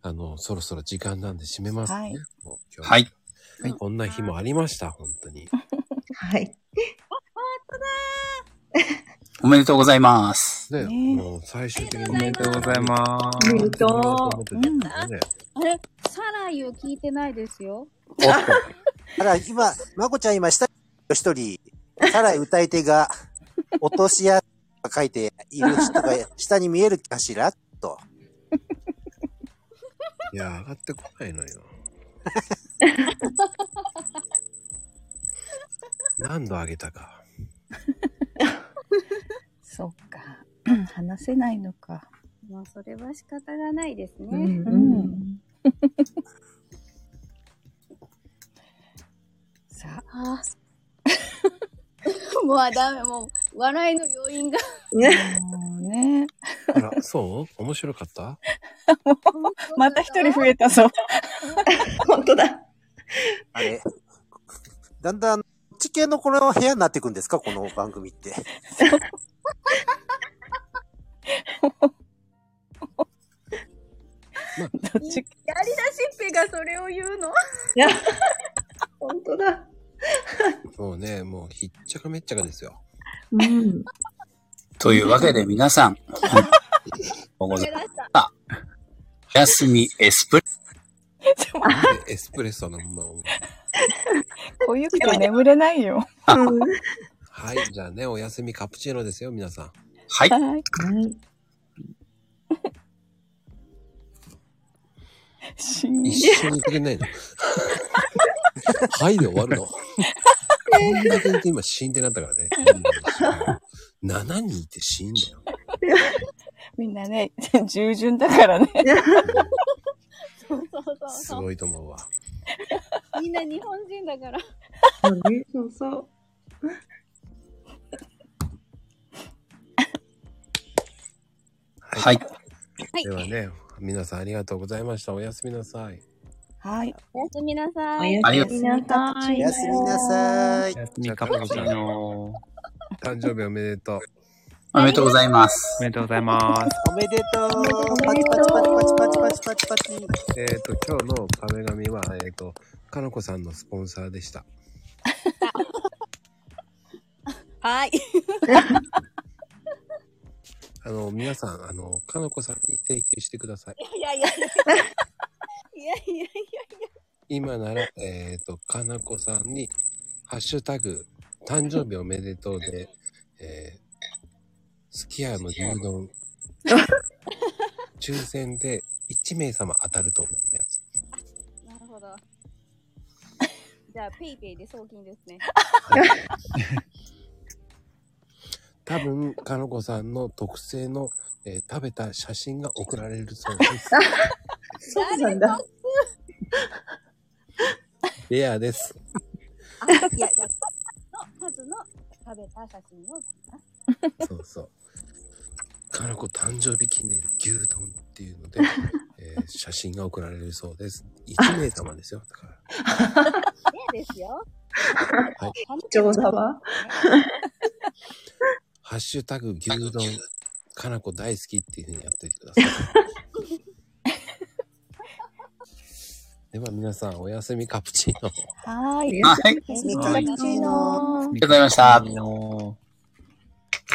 あの、そろそろ時間なんで締めますね。はいもう今日はい。こんな日もありました、本当に。はい。おめでとうございます。ね、もう最終的におめでとうございますおめでとうね、あれ、サライを聞いてないですよ。あら、今、まこちゃん今、下に一人、さらい歌い手が、落とし屋が書いている人が、下に見えるかしらと。 <laughs> いや、上がってこないのよ。何度あげた <laughs> か。そっか。 <clears throat> うん話せないのか。まあ、それは仕方がないですね。 <laughs> うん。さあ <laughs> あ。もうダメ、もう、笑いの要因が。もうね。あら、そう面白かった <laughs> また一人増えたぞ。 <laughs> 本当だ。あれ。だんだん、地形のこの部屋になっていくんですかこの番組って。どっちやりだしっぺがそれを言うの <laughs> 本当だ。もうね、もうひっちゃかめっちゃかですよ。うん。というわけで皆さん、おございました。おやすみエスプレエスプレッソのまま。 <laughs> こういうけど眠れないよ。はい、じゃあね、お休みカプチーノですよ、皆さん。はい。一緒にいてくれないのはいで終わるの。こんだけいて今死んでなったからね。7人いて死んだよ。 <laughs> みんなね、従順だから <laughs> ね。そうそうそう。すごいと思うわ。みんな日本人だから。 <laughs> そうそう。ははい。いではね、皆さんありがとうございました。おやすみなさい。はい。おやすみなさおい。やすみなさいおやすみなさいおやすみカプチーノ。誕生日おめでとう。おめでとうございます。おめでとうございます。おめでとうパチパチパチパチパチパチパチパチえっ、と、今日の壁紙は、えっ、と、かのこさんのスポンサーでした。はい。あの、皆さん、あの、かのこさんに請求してください。いやいやいや。いやいやいやい今なら、えっ、と、かなこさんに、ハッシュタグ、誕生日おめでとうで、えーすき家の牛丼、抽選で1名様当たると思います。や。なるほど。じゃあ、ペイペイで送金ですね。多分、かのこさんの特製の、えー食べた写真が送られるそうです。そうなんだ。レアです。あいや、じゃあ、の数の食べた写真を送ります。そうそう。かのこ誕生日記念牛丼っていうの <laughs> で、えー写真が送られるそうです。1名様ですよ。だ <laughs> からねですよ。はい上手だわ。ハッシュタグ牛丼、かなこ大好きっていうふうにやっといてくださ <laughs> い。では皆さん、おやすみカプチーノ。はーい。はいおやすみカプチーノありがとうございました。